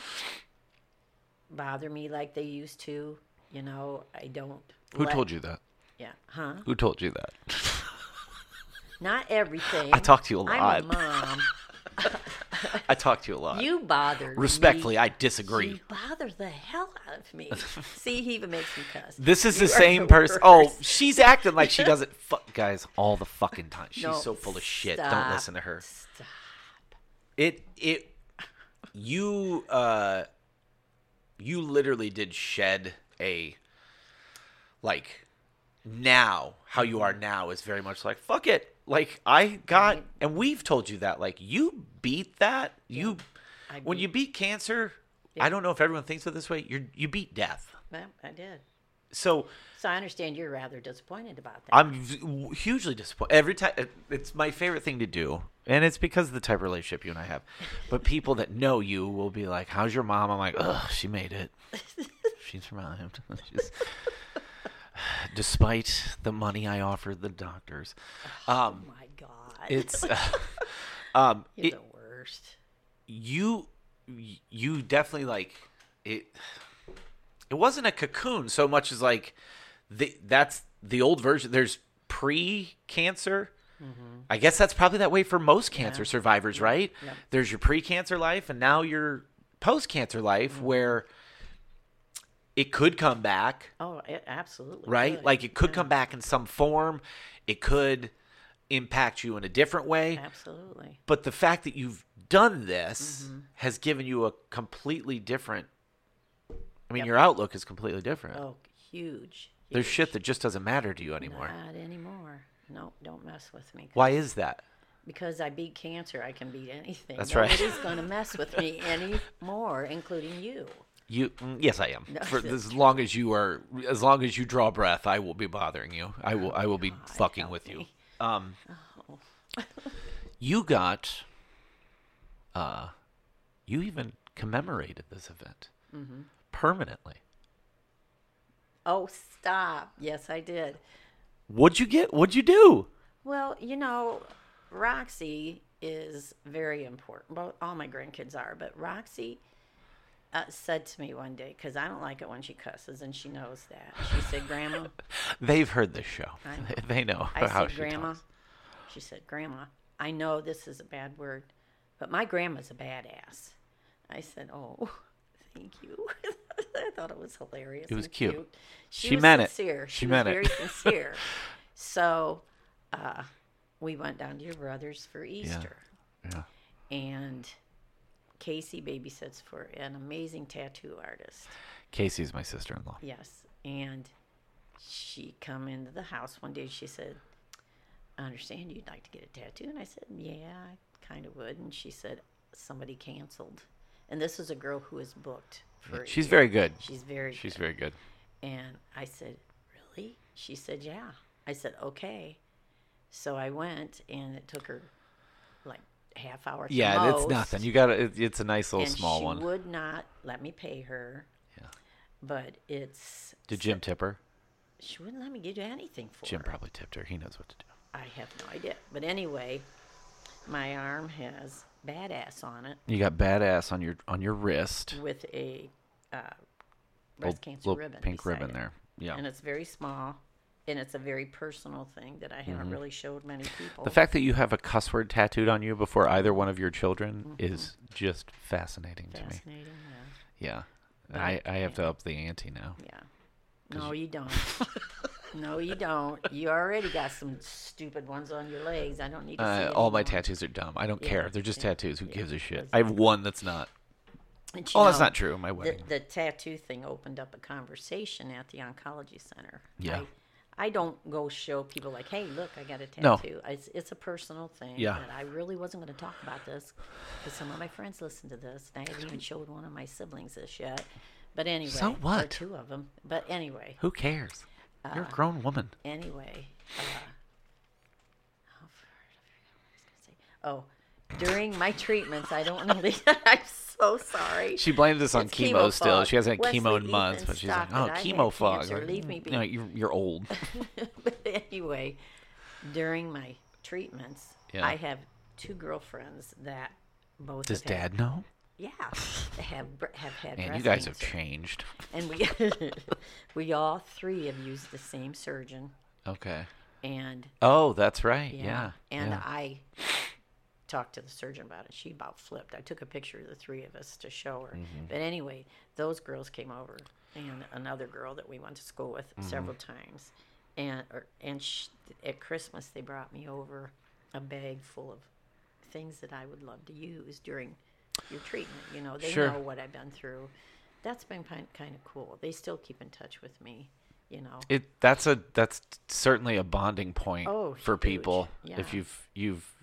Speaker 4: bother me like they used to. You know, I don't.
Speaker 3: Who told you that?
Speaker 4: Yeah. Huh?
Speaker 3: Who told you that?
Speaker 4: Not everything.
Speaker 3: I talk to you a
Speaker 4: I'm
Speaker 3: lot.
Speaker 4: a mom.
Speaker 3: I talked to you a lot.
Speaker 4: You bothered me.
Speaker 3: Respectfully, I disagree.
Speaker 4: You bother the hell out of me. See, he even makes me cuss.
Speaker 3: This is
Speaker 4: You
Speaker 3: the
Speaker 4: are
Speaker 3: same
Speaker 4: the
Speaker 3: person. Oh,
Speaker 4: worst.
Speaker 3: she's acting like she doesn't fuck guys all the fucking time. She's
Speaker 4: No,
Speaker 3: so full of shit. Don't
Speaker 4: stop.
Speaker 3: listen to her.
Speaker 4: Stop.
Speaker 3: It it you uh you literally did shed a like now how you are now is very much like fuck it. Like I got and we've told you that like you beat that. You when you beat cancer, I don't know if everyone thinks of it this way, you you beat death.
Speaker 4: Well, I did.
Speaker 3: So
Speaker 4: So I understand you're rather disappointed about that.
Speaker 3: I'm v- hugely disappointed every time. It's my favorite thing to do, and it's because of the type of relationship you and I have. But people that know you will be like, "How's your mom?" I'm like, "Ugh, she made it. She survived." She's, despite the money I offered the doctors,
Speaker 4: oh my God.
Speaker 3: it's um,
Speaker 4: you're
Speaker 3: it,
Speaker 4: the worst.
Speaker 3: you you definitely like it it wasn't a cocoon so much as like the that's the old version there's pre-cancer i guess that's probably that way for most cancer survivors right there's your pre-cancer life and now your post-cancer life where it could come back
Speaker 4: Oh, it absolutely.
Speaker 3: right
Speaker 4: would.
Speaker 3: like it could come back in some form it could impact you in a different way.
Speaker 4: Absolutely.
Speaker 3: But the fact that you've done this
Speaker 4: Mm-hmm.
Speaker 3: has given you a completely different. I mean, your outlook is completely different.
Speaker 4: Oh, huge.
Speaker 3: There's
Speaker 4: huge.
Speaker 3: shit that just doesn't matter to you anymore.
Speaker 4: Not anymore. No, don't mess with me. 'cause-
Speaker 3: Why is that?
Speaker 4: Because I beat cancer, I can beat anything.
Speaker 3: That's right.
Speaker 4: Nobody's going to mess with me anymore, including you.
Speaker 3: You mm, yes, I am. For as long as you are, as long as you draw breath, I will be bothering you. I will. I will
Speaker 4: Oh,
Speaker 3: be fucking with you. Um, you got. Uh, you even commemorated this event
Speaker 4: Mm-hmm.
Speaker 3: permanently.
Speaker 4: Oh, stop. Yes, I did.
Speaker 3: What'd you get? What'd you do?
Speaker 4: Well, you know, Roxy is very important. Well, all my grandkids are, but Roxy uh, said to me one day, because I don't like it when she cusses, and she knows that. She said, Grandma,
Speaker 3: They've heard this show.
Speaker 4: I know.
Speaker 3: They know
Speaker 4: I
Speaker 3: how
Speaker 4: said,
Speaker 3: she
Speaker 4: Grandma.
Speaker 3: talks.
Speaker 4: She said, Grandma, I know this is a bad word, but my grandma's a badass. I said, Oh, thank you. I thought it was hilarious.
Speaker 3: It was
Speaker 4: and
Speaker 3: cute.
Speaker 4: She,
Speaker 3: She
Speaker 4: was
Speaker 3: meant it.
Speaker 4: sincere. She,
Speaker 3: She
Speaker 4: was
Speaker 3: meant it.
Speaker 4: very sincere. So uh, we went down to your brother's for Easter.
Speaker 3: Yeah.
Speaker 4: And Casey babysits for an amazing tattoo artist.
Speaker 3: Casey's my sister-in-law.
Speaker 4: Yes, and she come into the house one day. She said, "I understand you'd like to get a tattoo," and I said, "Yeah, I kind of would." And she said, "Somebody canceled," and this is a girl who is booked for. a
Speaker 3: She's
Speaker 4: year.
Speaker 3: very good.
Speaker 4: She's very.
Speaker 3: She's
Speaker 4: good.
Speaker 3: very good.
Speaker 4: And I said, Really? She said, Yeah. I said, Okay. So I went, and it took her like half hour. at the
Speaker 3: Yeah, it's
Speaker 4: most,
Speaker 3: nothing. You got to it, It's a nice little
Speaker 4: and
Speaker 3: small
Speaker 4: she
Speaker 3: one.
Speaker 4: would not let me pay her.
Speaker 3: Yeah.
Speaker 4: But it's
Speaker 3: Did Jim tip her?
Speaker 4: she wouldn't let me give you anything for
Speaker 3: Jim
Speaker 4: her.
Speaker 3: probably tipped her. He knows what to do.
Speaker 4: I have no idea. But anyway, my arm has badass on it
Speaker 3: You got badass on your on your wrist.
Speaker 4: with a uh, breast
Speaker 3: Little-
Speaker 4: cancer
Speaker 3: little
Speaker 4: ribbon.
Speaker 3: pink
Speaker 4: beside
Speaker 3: ribbon
Speaker 4: it.
Speaker 3: there. Yeah.
Speaker 4: And it's very small, and it's a very personal thing that I haven't really showed many people.
Speaker 3: Mm-hmm. the fact that you have a cuss word tattooed on you before either one of your children is just fascinating, to me.
Speaker 4: Mm-hmm. Fascinating,
Speaker 3: Yeah.
Speaker 4: yeah.
Speaker 3: I, I have to up the ante now.
Speaker 4: Yeah. No, you don't. no, you don't. You already got some stupid ones on your legs. I don't need to see
Speaker 3: Uh,
Speaker 4: it
Speaker 3: all my
Speaker 4: anymore.
Speaker 3: tattoos are dumb. I don't care. They're just tattoos. Who gives a shit? I have one that's not.
Speaker 4: And you
Speaker 3: Oh, that's
Speaker 4: know,
Speaker 3: not true. My
Speaker 4: The,
Speaker 3: wedding.
Speaker 4: the tattoo thing opened up a conversation at the oncology center.
Speaker 3: Yeah.
Speaker 4: I, I don't go show people like, hey, look, I got a
Speaker 3: No.
Speaker 4: tattoo. It's, it's a personal thing.
Speaker 3: Yeah.
Speaker 4: And I really wasn't going to talk about this because some of my friends listen to this, and I haven't even showed one of my siblings this yet. But anyway,
Speaker 3: So
Speaker 4: or
Speaker 3: what?
Speaker 4: two of them. But anyway,
Speaker 3: Who cares? You're a
Speaker 4: Uh,
Speaker 3: grown woman.
Speaker 4: anyway, uh, oh, how far- I was gonna say- oh, during my treatments, I don't know. The, I'm so sorry.
Speaker 3: She blamed this on
Speaker 4: It's
Speaker 3: chemo, still.
Speaker 4: fog.
Speaker 3: She hasn't had
Speaker 4: Wesley
Speaker 3: chemo in
Speaker 4: Ethan
Speaker 3: months, but she's like,
Speaker 4: Stockton,
Speaker 3: oh,
Speaker 4: I had
Speaker 3: chemo fog.
Speaker 4: cancer.
Speaker 3: Like,
Speaker 4: Leave me be.
Speaker 3: No, you're, you're old.
Speaker 4: but anyway, during my treatments,
Speaker 3: Yeah.
Speaker 4: I have two girlfriends that both
Speaker 3: Does
Speaker 4: have had-
Speaker 3: dad know?
Speaker 4: yeah, they have br- have had.
Speaker 3: Man, you
Speaker 4: breast
Speaker 3: guys have
Speaker 4: cancer.
Speaker 3: changed.
Speaker 4: And we we all three have used the same surgeon,
Speaker 3: Okay.
Speaker 4: and
Speaker 3: Oh, that's right. Yeah.
Speaker 4: yeah, and
Speaker 3: yeah.
Speaker 4: I talked to the surgeon about it. She about flipped. I took a picture of the three of us to show her.
Speaker 3: Mm-hmm.
Speaker 4: But anyway, those girls came over, and another girl that we went to school with
Speaker 3: Mm-hmm.
Speaker 4: several times, and or, and sh at Christmas they brought me over a bag full of things that I would love to use during your treatment. You know, they
Speaker 3: Sure.
Speaker 4: know what I've been through. That's been kind of cool. They still keep in touch with me. You know,
Speaker 3: it that's a that's certainly a bonding point
Speaker 4: Oh,
Speaker 3: for
Speaker 4: huge.
Speaker 3: people if
Speaker 4: Yeah.
Speaker 3: you've you've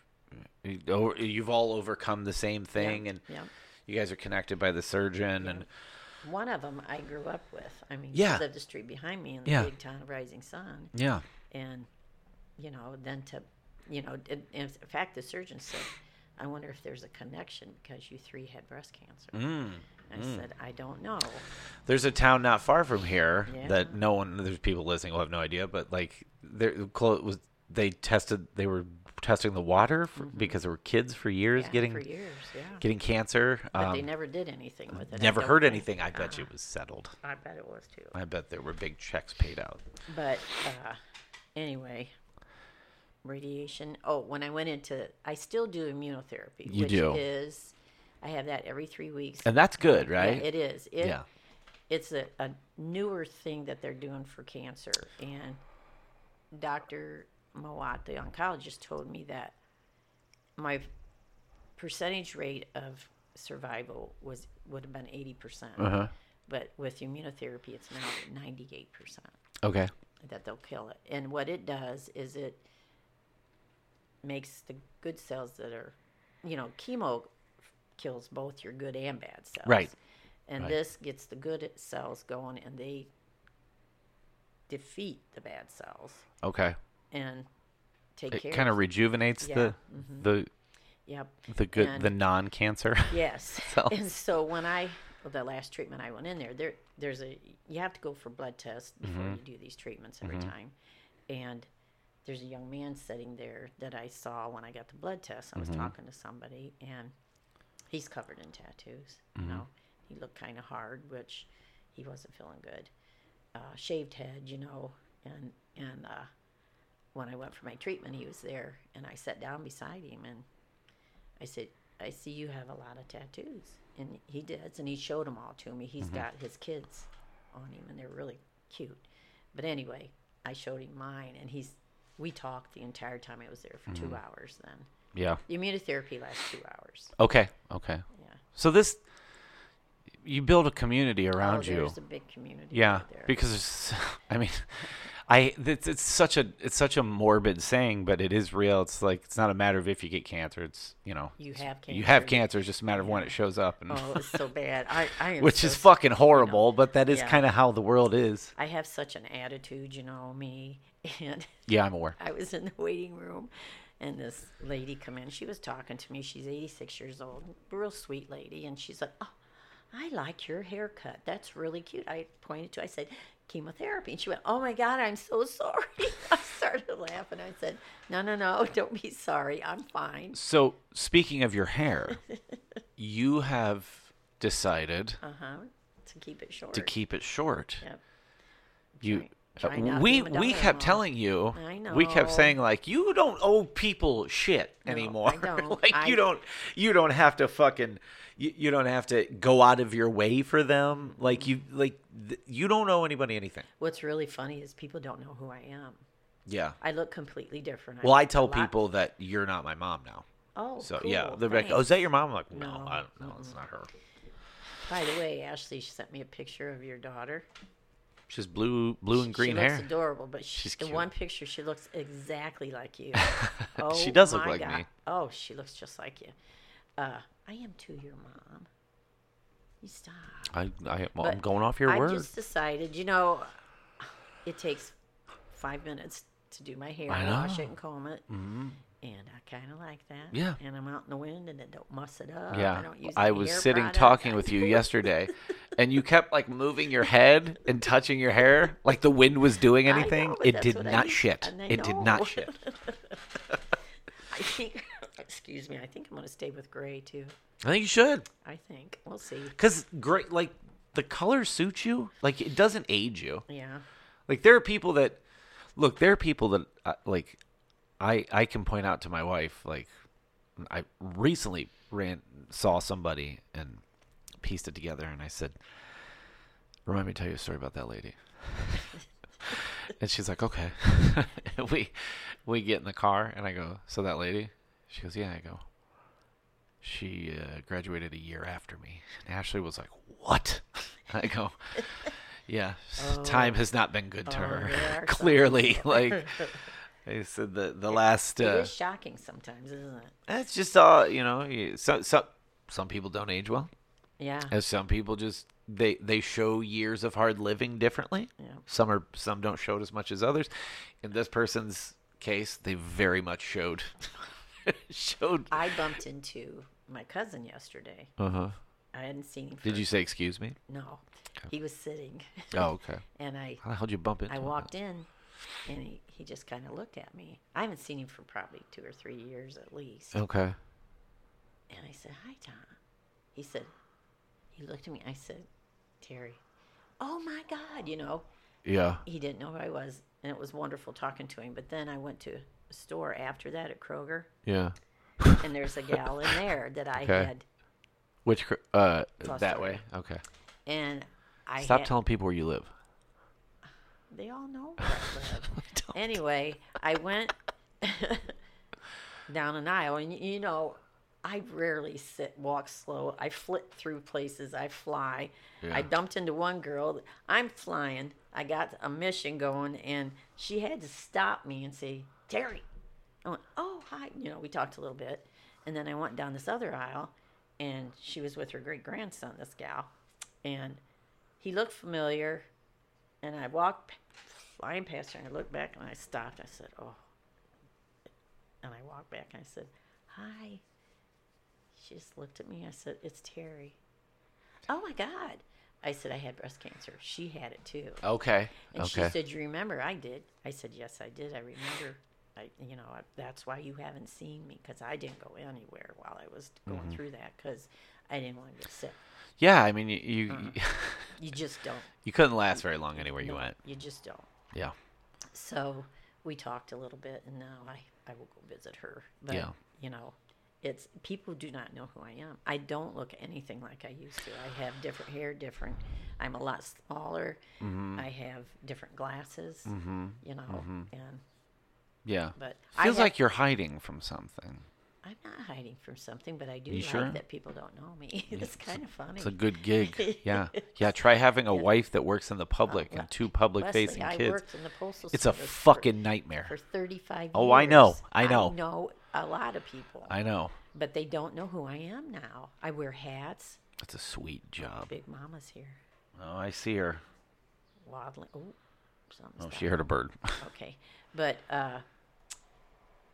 Speaker 3: you o- you've all overcome the same thing and
Speaker 4: yeah.
Speaker 3: you guys are connected by the surgeon and
Speaker 4: One of them I grew up with. I mean,
Speaker 3: Yeah.
Speaker 4: she lived a street behind me in the
Speaker 3: Yeah.
Speaker 4: big town of Rising Sun,
Speaker 3: yeah
Speaker 4: and you know, then to, you know, in, in fact, the surgeon said, "I wonder if there's a connection because you three had breast cancer."
Speaker 3: Mm,
Speaker 4: I said, "I don't know."
Speaker 3: there's a town not far from here
Speaker 4: Yeah.
Speaker 3: that no one there's people listening who have no idea but like there clo- was they tested they were testing the water for, because there were kids for years
Speaker 4: Mm-hmm. Yeah,
Speaker 3: getting
Speaker 4: for years, yeah,
Speaker 3: getting cancer
Speaker 4: but they
Speaker 3: um,
Speaker 4: never did anything with it. I
Speaker 3: never
Speaker 4: don't Ah.
Speaker 3: heard
Speaker 4: think.
Speaker 3: anything i bet you it was settled
Speaker 4: I bet it was too.
Speaker 3: i bet there were big checks paid out
Speaker 4: But uh, anyway, radiation. Oh, when I went into, I still do immunotherapy,
Speaker 3: You
Speaker 4: which
Speaker 3: do.
Speaker 4: is, I have that every three weeks.
Speaker 3: and that's good
Speaker 4: Yeah,
Speaker 3: right
Speaker 4: it is. It,
Speaker 3: yeah.
Speaker 4: It's a, a newer thing that they're doing for cancer. And Dr. Mowat, the oncologist, told me that my percentage rate of survival was would have been eighty percent,
Speaker 3: Uh-huh.
Speaker 4: but with immunotherapy, it's now ninety eight percent
Speaker 3: Okay.
Speaker 4: that they'll kill it. And what it does is it makes the good cells that are, you know, chemo kills both your good and bad cells.
Speaker 3: Right.
Speaker 4: And
Speaker 3: Right.
Speaker 4: this gets the good cells going and they defeat the bad cells
Speaker 3: Okay.
Speaker 4: and take
Speaker 3: It
Speaker 4: care
Speaker 3: kind of rejuvenates
Speaker 4: Yeah, mm-hmm.
Speaker 3: the the
Speaker 4: Yep.
Speaker 3: the good
Speaker 4: And-
Speaker 3: the non-cancer.
Speaker 4: Yes.
Speaker 3: So-
Speaker 4: And so when I well, the last treatment I went in there, there there's a you have to go for blood tests before you do these treatments every time. And there's a young man sitting there that I saw when I got the blood test. I was talking to somebody and he's covered in tattoos, you know. He looked kind of hard, which he wasn't feeling good. Uh, shaved head, you know, and and uh, when I went for my treatment, he was there, and I sat down beside him, and I said, I see you have a lot of tattoos. And he does. And he showed them all to me.
Speaker 3: Mm-hmm.
Speaker 4: He's got his kids on him, and they're really cute. But anyway, I showed him mine, and he's. We talked the entire time I was there for
Speaker 3: Mm-hmm.
Speaker 4: two hours. Then
Speaker 3: yeah.
Speaker 4: the immunotherapy lasts two hours.
Speaker 3: Okay. Okay.
Speaker 4: Yeah.
Speaker 3: So this you build a community
Speaker 4: Oh,
Speaker 3: around you.
Speaker 4: there's a big community.
Speaker 3: Yeah,
Speaker 4: out there.
Speaker 3: because it's, I mean, I it's, it's such a it's such a morbid saying, but it is real. It's like it's not a matter of if you get cancer. It's you know
Speaker 4: You
Speaker 3: it's-
Speaker 4: have
Speaker 3: You have
Speaker 4: cancer.
Speaker 3: cancer. It's just a matter of when it shows up, and,
Speaker 4: oh, it's so bad. I, I am
Speaker 3: which
Speaker 4: so
Speaker 3: is fucking horrible. But that is
Speaker 4: Yeah.
Speaker 3: kind of how the world is.
Speaker 4: I have such an attitude, you know me, and.
Speaker 3: Yeah, I'm aware.
Speaker 4: I was in the waiting room and this lady come in. She was talking to me. She's 86 years old, real sweet lady. And she's like, oh, I like your haircut. That's really cute. I pointed to, I said, chemotherapy. And she went, oh my God, I'm so sorry. I started laughing. I said, no, no, no, don't be sorry. I'm fine.
Speaker 3: So speaking of your hair, you have decided
Speaker 4: Uh-huh. To keep it short.
Speaker 3: to keep it short.
Speaker 4: Yep.
Speaker 3: You.
Speaker 4: Try- try not
Speaker 3: we
Speaker 4: to be
Speaker 3: we kept
Speaker 4: Madonna.
Speaker 3: telling you.
Speaker 4: I
Speaker 3: We kept
Speaker 4: know.
Speaker 3: saying like you don't owe people shit
Speaker 4: I
Speaker 3: anymore.
Speaker 4: don't.
Speaker 3: like you
Speaker 4: I-
Speaker 3: don't you don't have to fucking you, you don't have to go out of your way for them. Like you like th- you don't owe anybody anything.
Speaker 4: What's really funny is people don't know who I am.
Speaker 3: Yeah.
Speaker 4: I look completely different.
Speaker 3: Well, I
Speaker 4: look a
Speaker 3: tell
Speaker 4: lot-
Speaker 3: people that you're not my mom now.
Speaker 4: Oh,
Speaker 3: So yeah,
Speaker 4: cool,
Speaker 3: they're like, "Oh, is
Speaker 4: thanks.
Speaker 3: that your mom?" I'm like, "No,
Speaker 4: No,
Speaker 3: I don't, no, it's not her.
Speaker 4: By the way, Ashley sent me a picture of your daughter.
Speaker 3: She's blue blue and green
Speaker 4: she
Speaker 3: hair."
Speaker 4: Looks adorable, but she,
Speaker 3: She's
Speaker 4: the
Speaker 3: cute.
Speaker 4: one picture she looks exactly like you. Oh,
Speaker 3: She does look
Speaker 4: my
Speaker 3: like me.
Speaker 4: Oh, she looks just like you. Uh, I am too, your mom. You stop.
Speaker 3: I, I I'm
Speaker 4: But
Speaker 3: going off your
Speaker 4: I
Speaker 3: word.
Speaker 4: just decided, you know, it takes five minutes to do my hair,
Speaker 3: I
Speaker 4: wash
Speaker 3: know. Mm-hmm.
Speaker 4: it, and comb it. And I kind of like that.
Speaker 3: Yeah.
Speaker 4: And I'm out in the wind, and I don't muss it up.
Speaker 3: Yeah.
Speaker 4: Um, I don't use.
Speaker 3: I
Speaker 4: any
Speaker 3: was
Speaker 4: hair
Speaker 3: sitting
Speaker 4: product.
Speaker 3: talking with you yesterday and you kept like moving your head and touching your hair like the wind was doing
Speaker 4: know,
Speaker 3: anything.
Speaker 4: but
Speaker 3: it
Speaker 4: that's
Speaker 3: did
Speaker 4: what I
Speaker 3: not
Speaker 4: mean,
Speaker 3: shit.
Speaker 4: and I
Speaker 3: It did
Speaker 4: know.
Speaker 3: not shit.
Speaker 4: I think. Excuse me. I think I'm going to stay with gray too.
Speaker 3: I think you should.
Speaker 4: I think we'll see.
Speaker 3: Cuz great like the color suits you. Like it doesn't age you.
Speaker 4: Yeah.
Speaker 3: Like there are people that look, there are people that uh, like I I can point out to my wife like I recently ran saw somebody and pieced it together and I said remind me to tell you a story about that lady. and she's like, "Okay." And we we get in the car and I go, "So that lady?" She goes, "Yeah." I go, "She uh, graduated a year after me." And Ashley was like, "What?" I go, "Yeah, s- time has not been good to
Speaker 4: Oh, there
Speaker 3: her.
Speaker 4: are some
Speaker 3: Clearly, like I said the the last
Speaker 4: It
Speaker 3: uh,
Speaker 4: is shocking sometimes, isn't it?
Speaker 3: that's just all you know. you- Some some some people don't age well,
Speaker 4: Yeah.
Speaker 3: and some people just they they show years of hard living differently.
Speaker 4: Yeah.
Speaker 3: Some are some don't show it as much as others. In this person's case, they very much showed showed.
Speaker 4: I bumped into my cousin yesterday.
Speaker 3: Uh huh.
Speaker 4: I hadn't seen him. For,
Speaker 3: Did you say excuse me?
Speaker 4: No. He was sitting,
Speaker 3: Oh, okay.
Speaker 4: and I
Speaker 3: How the hell did you bump into?
Speaker 4: I
Speaker 3: him?
Speaker 4: walked in, and he, he just kind of looked at me. I haven't seen him for probably two or three years at least.
Speaker 3: Okay.
Speaker 4: And I said, Hi, Tom. He said, He looked at me. I said, Terry, oh my God, you know,
Speaker 3: Yeah.
Speaker 4: he didn't know who I was. And it was wonderful talking to him. But then I went to a store after that at Kroger,
Speaker 3: Yeah.
Speaker 4: and there's a gal in there that I
Speaker 3: Okay.
Speaker 4: had.
Speaker 3: Which cr- uh
Speaker 4: South
Speaker 3: that
Speaker 4: Florida.
Speaker 3: way? Okay.
Speaker 4: And I
Speaker 3: Stop
Speaker 4: had-
Speaker 3: telling people where you live.
Speaker 4: They all know where I live. anyway, I went down an aisle. And y- you know, I rarely sit, walk slow. I flip through places. I fly.
Speaker 3: Yeah.
Speaker 4: I bumped into one girl. I'm flying. I got a mission going, and she had to stop me and say, Terry. I went, oh, hi. You know, we talked a little bit. And then I went down this other aisle, and she was with her great grandson, this gal. And he looked familiar. And I walked p- flying past her, and I looked back, and I stopped. I said, oh. And I walked back, and I said, hi. She just looked at me. I said, it's Terry. Oh, my God. I said, I had breast cancer. She had it too.
Speaker 3: Okay.
Speaker 4: And
Speaker 3: okay.
Speaker 4: she said, "You remember?" I did. I said, "Yes, I did. I remember." I, you know, I, that's why you haven't seen me because I didn't go anywhere while I was going
Speaker 3: Mm-hmm.
Speaker 4: through that because I didn't want to get sick.
Speaker 3: yeah, I mean, you you,
Speaker 4: You just don't.
Speaker 3: you couldn't last very long anywhere you went.
Speaker 4: You just don't.
Speaker 3: Yeah.
Speaker 4: So we talked a little bit, and now I I will go visit her. But
Speaker 3: Yeah.
Speaker 4: you know, it's people do not know who I am. I don't look anything like I used to. I have different hair, different. I'm a lot smaller.
Speaker 3: Mm-hmm.
Speaker 4: I have different glasses. You know, and
Speaker 3: Yeah.
Speaker 4: But I
Speaker 3: feels
Speaker 4: have-
Speaker 3: like you're hiding from something.
Speaker 4: I'm not hiding from something, but I do
Speaker 3: You
Speaker 4: like
Speaker 3: sure?
Speaker 4: that people don't know me. it's kind of funny.
Speaker 3: It's a good gig. Yeah. Yeah, try having a wife that works in the public
Speaker 4: yeah.
Speaker 3: and two public
Speaker 4: Oh, Leslie,
Speaker 3: facing
Speaker 4: I
Speaker 3: kids.
Speaker 4: worked in the postal
Speaker 3: It's a
Speaker 4: service for-
Speaker 3: fucking nightmare.
Speaker 4: for 35
Speaker 3: Oh, I know.
Speaker 4: years.
Speaker 3: I know.
Speaker 4: I know a lot of people,
Speaker 3: I know.
Speaker 4: but they don't know who I am now. I wear hats.
Speaker 3: It's a sweet job.
Speaker 4: Big Mama's here,
Speaker 3: Oh, I see her.
Speaker 4: waddling. Oh, something's
Speaker 3: Oh,
Speaker 4: not
Speaker 3: she heard a bird.
Speaker 4: okay. But uh,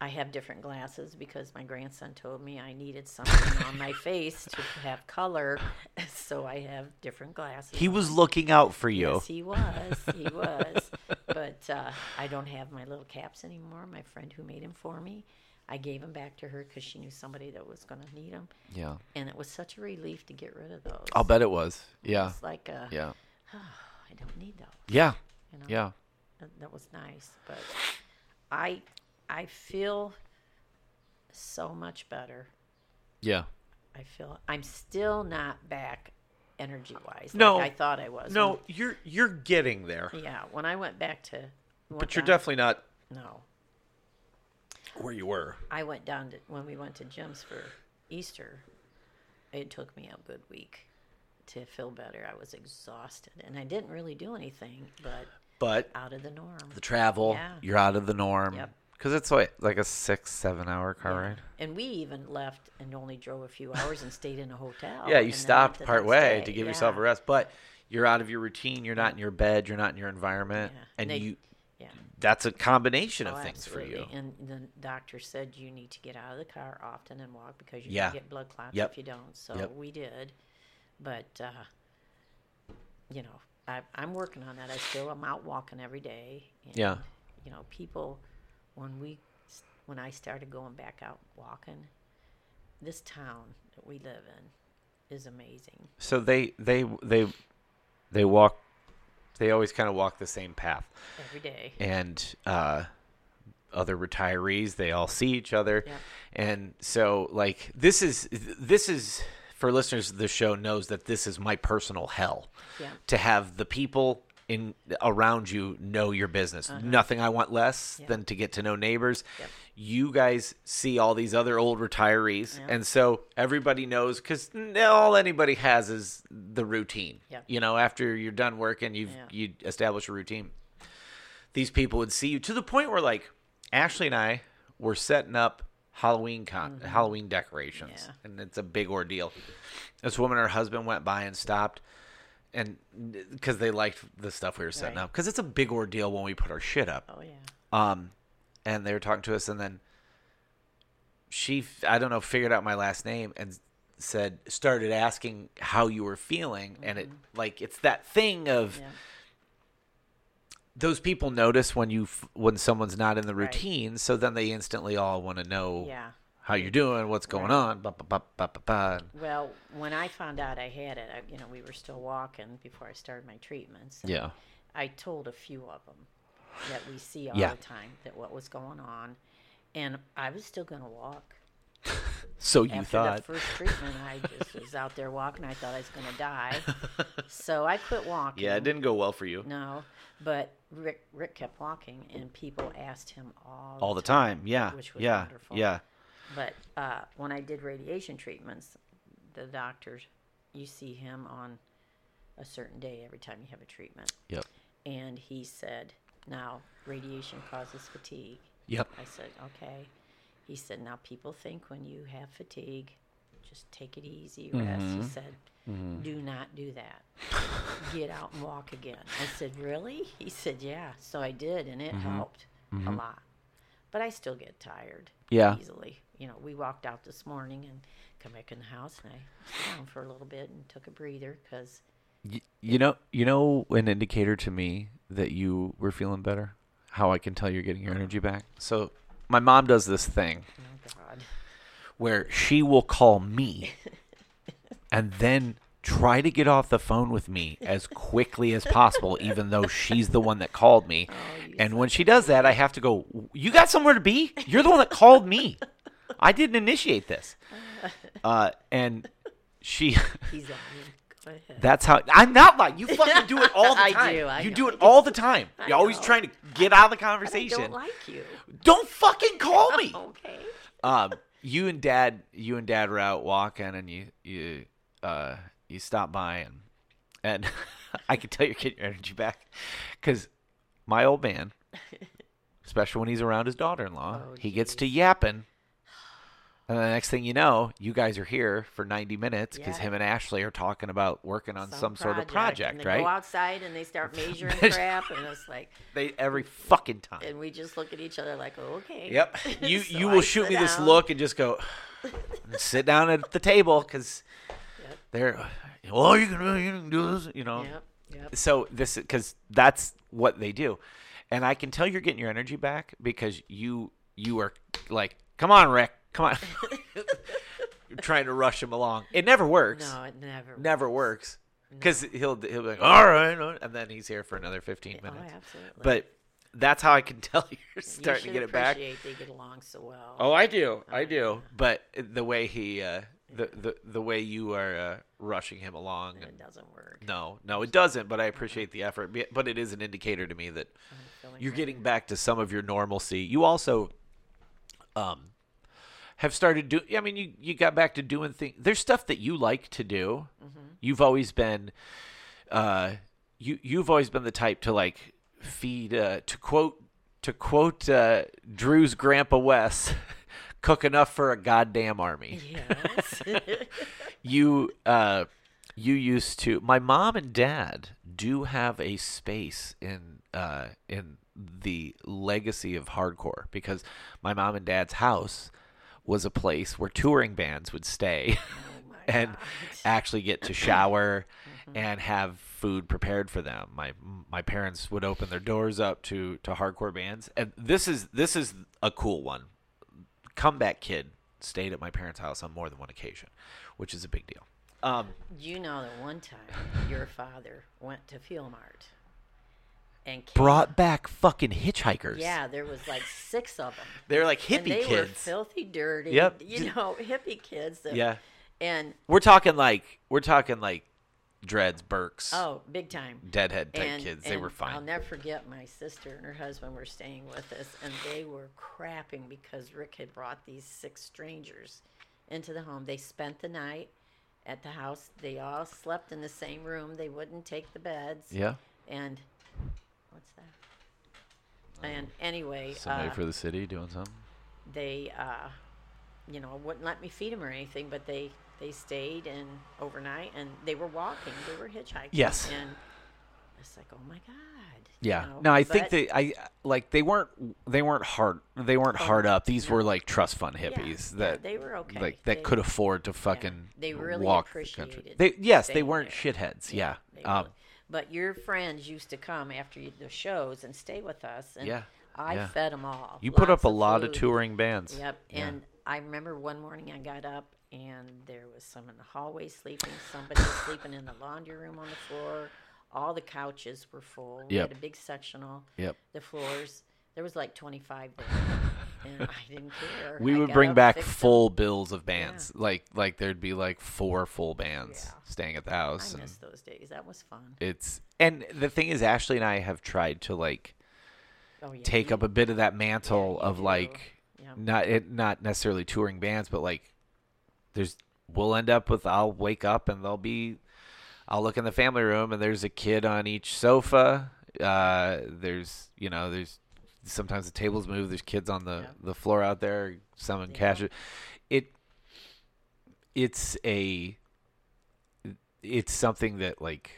Speaker 4: I have different glasses because my grandson told me I needed something on my face to have color, so I have different glasses.
Speaker 3: he was looking out for you.
Speaker 4: Yes, he was. He was. but uh, I don't have my little caps anymore. My friend who made them for me, I gave them back to her because she knew somebody that was going to need them.
Speaker 3: Yeah.
Speaker 4: And it was such a relief to get rid of those.
Speaker 3: I'll bet it was. Yeah.
Speaker 4: It's like, uh,
Speaker 3: Yeah.
Speaker 4: I don't need those.
Speaker 3: Yeah.
Speaker 4: You know?
Speaker 3: Yeah.
Speaker 4: That- That was nice. But I, I feel so much better.
Speaker 3: Yeah.
Speaker 4: I feel I'm still not back energy wise.
Speaker 3: No.
Speaker 4: Like I thought I was.
Speaker 3: No, you're you're getting there.
Speaker 4: When- yeah. When I went back to.
Speaker 3: But you're definitely not
Speaker 4: No.
Speaker 3: where you were.
Speaker 4: I went down to when we went to gyms for Easter. It took me a good week to feel better. I was exhausted, and I didn't really do anything, but
Speaker 3: But
Speaker 4: out of the norm.
Speaker 3: the travel,
Speaker 4: Yeah.
Speaker 3: you're out of the norm.
Speaker 4: Yep.
Speaker 3: Cuz it's like like a 6 7 hour car ride.
Speaker 4: And we even left and only drove a few hours and stayed in a hotel.
Speaker 3: Yeah,
Speaker 4: Oh, and
Speaker 3: you
Speaker 4: then went
Speaker 3: stopped
Speaker 4: the
Speaker 3: part
Speaker 4: next
Speaker 3: way
Speaker 4: day.
Speaker 3: to give yourself a
Speaker 4: Yeah,
Speaker 3: rest, but you're out of your routine. You're not in your bed. You're not in your environment,
Speaker 4: yeah.
Speaker 3: and
Speaker 4: they-
Speaker 3: you.
Speaker 4: yeah.
Speaker 3: That's a combination of
Speaker 4: Oh,
Speaker 3: things for you.
Speaker 4: absolutely. And the doctor said you need to get out of the car often and walk because you
Speaker 3: Yeah.
Speaker 4: can get blood clots
Speaker 3: Yep.
Speaker 4: if you don't. So
Speaker 3: Yep.
Speaker 4: we did, but uh, you know, I, I'm working on that. I still am out walking every day. And,
Speaker 3: Yeah.
Speaker 4: You know, people when we s- when I started going back out walking, this town that we live in is amazing.
Speaker 3: So they they they they walk. They always kind of walk the same path,
Speaker 4: Every day,
Speaker 3: and uh, other retirees they all see each other,
Speaker 4: Yep.
Speaker 3: and so like this is this is for listeners. of The show knows that this is my personal hell.
Speaker 4: yeah.
Speaker 3: to have the people in around you know your business.
Speaker 4: Uh-huh.
Speaker 3: Nothing I want less than to get to know neighbors. You guys see all these other old retirees, and so everybody knows because all anybody has is the routine.
Speaker 4: Yep.
Speaker 3: You know, after you're done working, you've
Speaker 4: Yeah.
Speaker 3: you establish a routine. These people would see you to the point where like Ashley and I were setting up Halloween con- Halloween decorations,
Speaker 4: Mm-hmm. Yeah.
Speaker 3: and it's a big ordeal. This woman, and her husband went by and stopped and because they liked the stuff we were setting
Speaker 4: Right.
Speaker 3: up. 'Cause up because it's a big ordeal when we put our shit up
Speaker 4: Oh yeah.
Speaker 3: um and they were talking to us and then she f- i don't know figured out my last name and said started asking how you were feeling and it like it's that thing of
Speaker 4: Mm-hmm. Yeah.
Speaker 3: those people notice when you f- when someone's not in the
Speaker 4: Right.
Speaker 3: routine so then they instantly all want to know
Speaker 4: Yeah.
Speaker 3: how you're doing what's going on ba, ba, ba, ba, ba, ba.
Speaker 4: Well, when I found out I had it, I, you know, we were still walking before I started my treatments. and
Speaker 3: yeah
Speaker 4: I told a few of them that we see all
Speaker 3: Yeah.
Speaker 4: the time that what was going on, and I was still going to walk.
Speaker 3: So you
Speaker 4: after
Speaker 3: thought.
Speaker 4: the first treatment, I just was out there walking. I thought I was going to die, so I quit walking.
Speaker 5: Yeah, it didn't go well for you.
Speaker 4: No, but Rick Rick kept walking, and people asked him all
Speaker 3: all the time. Yeah.
Speaker 4: which was
Speaker 3: yeah.
Speaker 4: wonderful.
Speaker 3: Yeah.
Speaker 4: But uh, when I did radiation treatments, the doctor, you see him on a certain day every time you have a treatment,
Speaker 3: Yep.
Speaker 4: and he said, "Now radiation causes fatigue."
Speaker 3: Yep.
Speaker 4: I said, "Okay." He said, "Now people think when you have fatigue, just take it easy, rest." He said, "Do not do that. Get out and walk again." I said, "Really?" He said, "Yeah." So I did, and it helped a lot. But I still get tired
Speaker 3: Yeah.
Speaker 4: easily. You know, we walked out this morning and come back in the house, and I sat down for a little bit and took a breather because
Speaker 3: Y- you know, you know, an indicator to me that you were feeling better, how I can tell you're getting your energy back. So my mom does this thing
Speaker 4: oh God,
Speaker 3: where she will call me and then try to get off the phone with me as quickly as possible, even though she's the one that called me. and when she does that, I have to go, You got somewhere to be? You're the one that called me. I didn't initiate this. Uh, and she.
Speaker 4: he's on you. Go ahead.
Speaker 3: That's how I'm not lying. You fucking do it all the
Speaker 4: I
Speaker 3: time.
Speaker 4: do, I
Speaker 3: you
Speaker 4: know.
Speaker 3: do it all the time. You're always
Speaker 4: know.
Speaker 3: trying to get out of the
Speaker 4: But I
Speaker 3: conversation.
Speaker 4: don't like you.
Speaker 3: Don't fucking call me.
Speaker 4: Okay.
Speaker 3: um, you and dad, you and dad were out walking, and you you uh you stop by, and and I can tell you're getting your energy back, because my old man, especially when he's around his daughter-in-law,
Speaker 4: Oh,
Speaker 3: he gets to yapping. And the next thing you know, you guys are here for 90 minutes because
Speaker 4: Yeah.
Speaker 3: him and Ashley are talking about working on some, sort of
Speaker 4: and
Speaker 3: project,
Speaker 4: they
Speaker 3: right?
Speaker 4: Go outside and they start measuring crap, and it's like,
Speaker 3: They every fucking time.
Speaker 4: and we just look at each other like, oh, okay.
Speaker 3: Yep. You
Speaker 4: So
Speaker 3: you
Speaker 4: I
Speaker 3: will shoot
Speaker 4: sit
Speaker 3: me this
Speaker 4: down.
Speaker 3: look and just go and sit down at the table because they're well you can you can do this you know.
Speaker 4: Yep. Yep.
Speaker 3: So this because that's what they do, and I can tell you're getting your energy back because you you are like come on Rick come on. you're trying to rush him along. It never works.
Speaker 4: No, it never.
Speaker 3: Never works. Because he'll he'll be like, all right, all right," and then he's here for another fifteen
Speaker 4: Oh,
Speaker 3: minutes.
Speaker 4: absolutely.
Speaker 3: but that's how I can tell you're
Speaker 4: You
Speaker 3: starting to
Speaker 4: should
Speaker 3: get it back.
Speaker 4: appreciate They get along so well.
Speaker 3: Oh, I do. I do. But the way he, uh, the, the the way you are uh, rushing him along,
Speaker 4: and
Speaker 3: and
Speaker 4: it doesn't work.
Speaker 3: no, no, it doesn't. But I appreciate the effort. Be- But it is an indicator to me that
Speaker 4: feeling
Speaker 3: you're getting back to some of your normalcy. You also, um, have started do. I mean, you you got back to doing things. There's stuff that you like to do.
Speaker 4: Mm-hmm.
Speaker 3: You've always been, uh, you you've always been the type to like feed. Uh, to quote to quote uh, Drew's grandpa Wes, cook enough for a goddamn army
Speaker 4: Yes.
Speaker 3: you uh you used to my mom and dad do have a space in uh in the legacy of hardcore because my mom and dad's house was a place where touring bands would stay and actually get to shower and have food prepared for them. My my parents would open their doors up to to hardcore bands and this is this is a cool one comeback kid stayed at my parents' house on more than one occasion, which is a big deal. Um,
Speaker 4: you know that one time your father went to Field Mart and came,
Speaker 3: brought back fucking hitchhikers.
Speaker 4: yeah, there was like six of them.
Speaker 3: they're like
Speaker 4: and
Speaker 3: hippie
Speaker 4: they were
Speaker 3: kids.
Speaker 4: filthy, dirty.
Speaker 3: Yep.
Speaker 4: You know, hippie kids. That,
Speaker 3: yeah,
Speaker 4: And
Speaker 3: we're talking like we're talking like dreads, Burks,
Speaker 4: oh, big time.
Speaker 3: deadhead type
Speaker 4: and,
Speaker 3: kids. They were
Speaker 4: and I'll
Speaker 3: fine.
Speaker 4: never forget my sister and her husband were staying with us, and they were crapping because Rick had brought these six strangers into the home. They spent the night at the house. They all slept in the same room. They wouldn't take the beds.
Speaker 3: yeah,
Speaker 4: And what's that? And anyway,
Speaker 3: somebody
Speaker 4: uh,
Speaker 3: for the city doing something.
Speaker 4: they, uh, you know, wouldn't let me feed them or anything, but they they stayed and overnight, and they were walking. They were hitchhiking.
Speaker 3: Yes.
Speaker 4: And it's like, oh my god. you
Speaker 3: Yeah.
Speaker 4: know,
Speaker 3: No, I think
Speaker 4: but-
Speaker 3: they I like they weren't they weren't hard they weren't hard up. These were like trust fund hippies
Speaker 4: yeah,
Speaker 3: that
Speaker 4: they were okay.
Speaker 3: Like that
Speaker 4: They-
Speaker 3: could afford to fucking
Speaker 4: they really
Speaker 3: walk the
Speaker 4: appreciated
Speaker 3: country. They yes, they
Speaker 4: staying
Speaker 3: weren't
Speaker 4: there.
Speaker 3: shitheads. Yeah.
Speaker 4: they
Speaker 3: Um,
Speaker 4: really- but your friends used to come after you, the shows and stay with us. And
Speaker 3: Yeah,
Speaker 4: I
Speaker 3: yeah.
Speaker 4: fed 'em fed them all.
Speaker 3: you put up
Speaker 4: lots
Speaker 3: a lot of
Speaker 4: food.
Speaker 3: touring bands.
Speaker 4: Yep. And I remember one morning I got up and there was some in the hallway sleeping, somebody was sleeping in the laundry room on the floor. All the couches were full. We
Speaker 3: Yep.
Speaker 4: had a big sectional.
Speaker 3: Yep.
Speaker 4: The floors. There was like 25 there. and I didn't care.
Speaker 3: We
Speaker 4: I
Speaker 3: would
Speaker 4: got
Speaker 3: bring
Speaker 4: up,
Speaker 3: back
Speaker 4: fixed 'em.
Speaker 3: full bills of bands. Like like there'd be like four full bands staying at the house.
Speaker 4: I
Speaker 3: and
Speaker 4: miss those days. That was fun.
Speaker 3: it's and the thing is Ashley and I have tried to like
Speaker 4: Oh yeah.
Speaker 3: take up a bit of that mantle of like
Speaker 4: Yep.
Speaker 3: not it not necessarily touring bands, but like there's we'll end up with I'll wake up and there'll be I'll look in the family room and there's a kid on each sofa. Uh, there's you know there's sometimes the tables move. There's kids on the the floor out there. Some in cash. It it's a it's something that like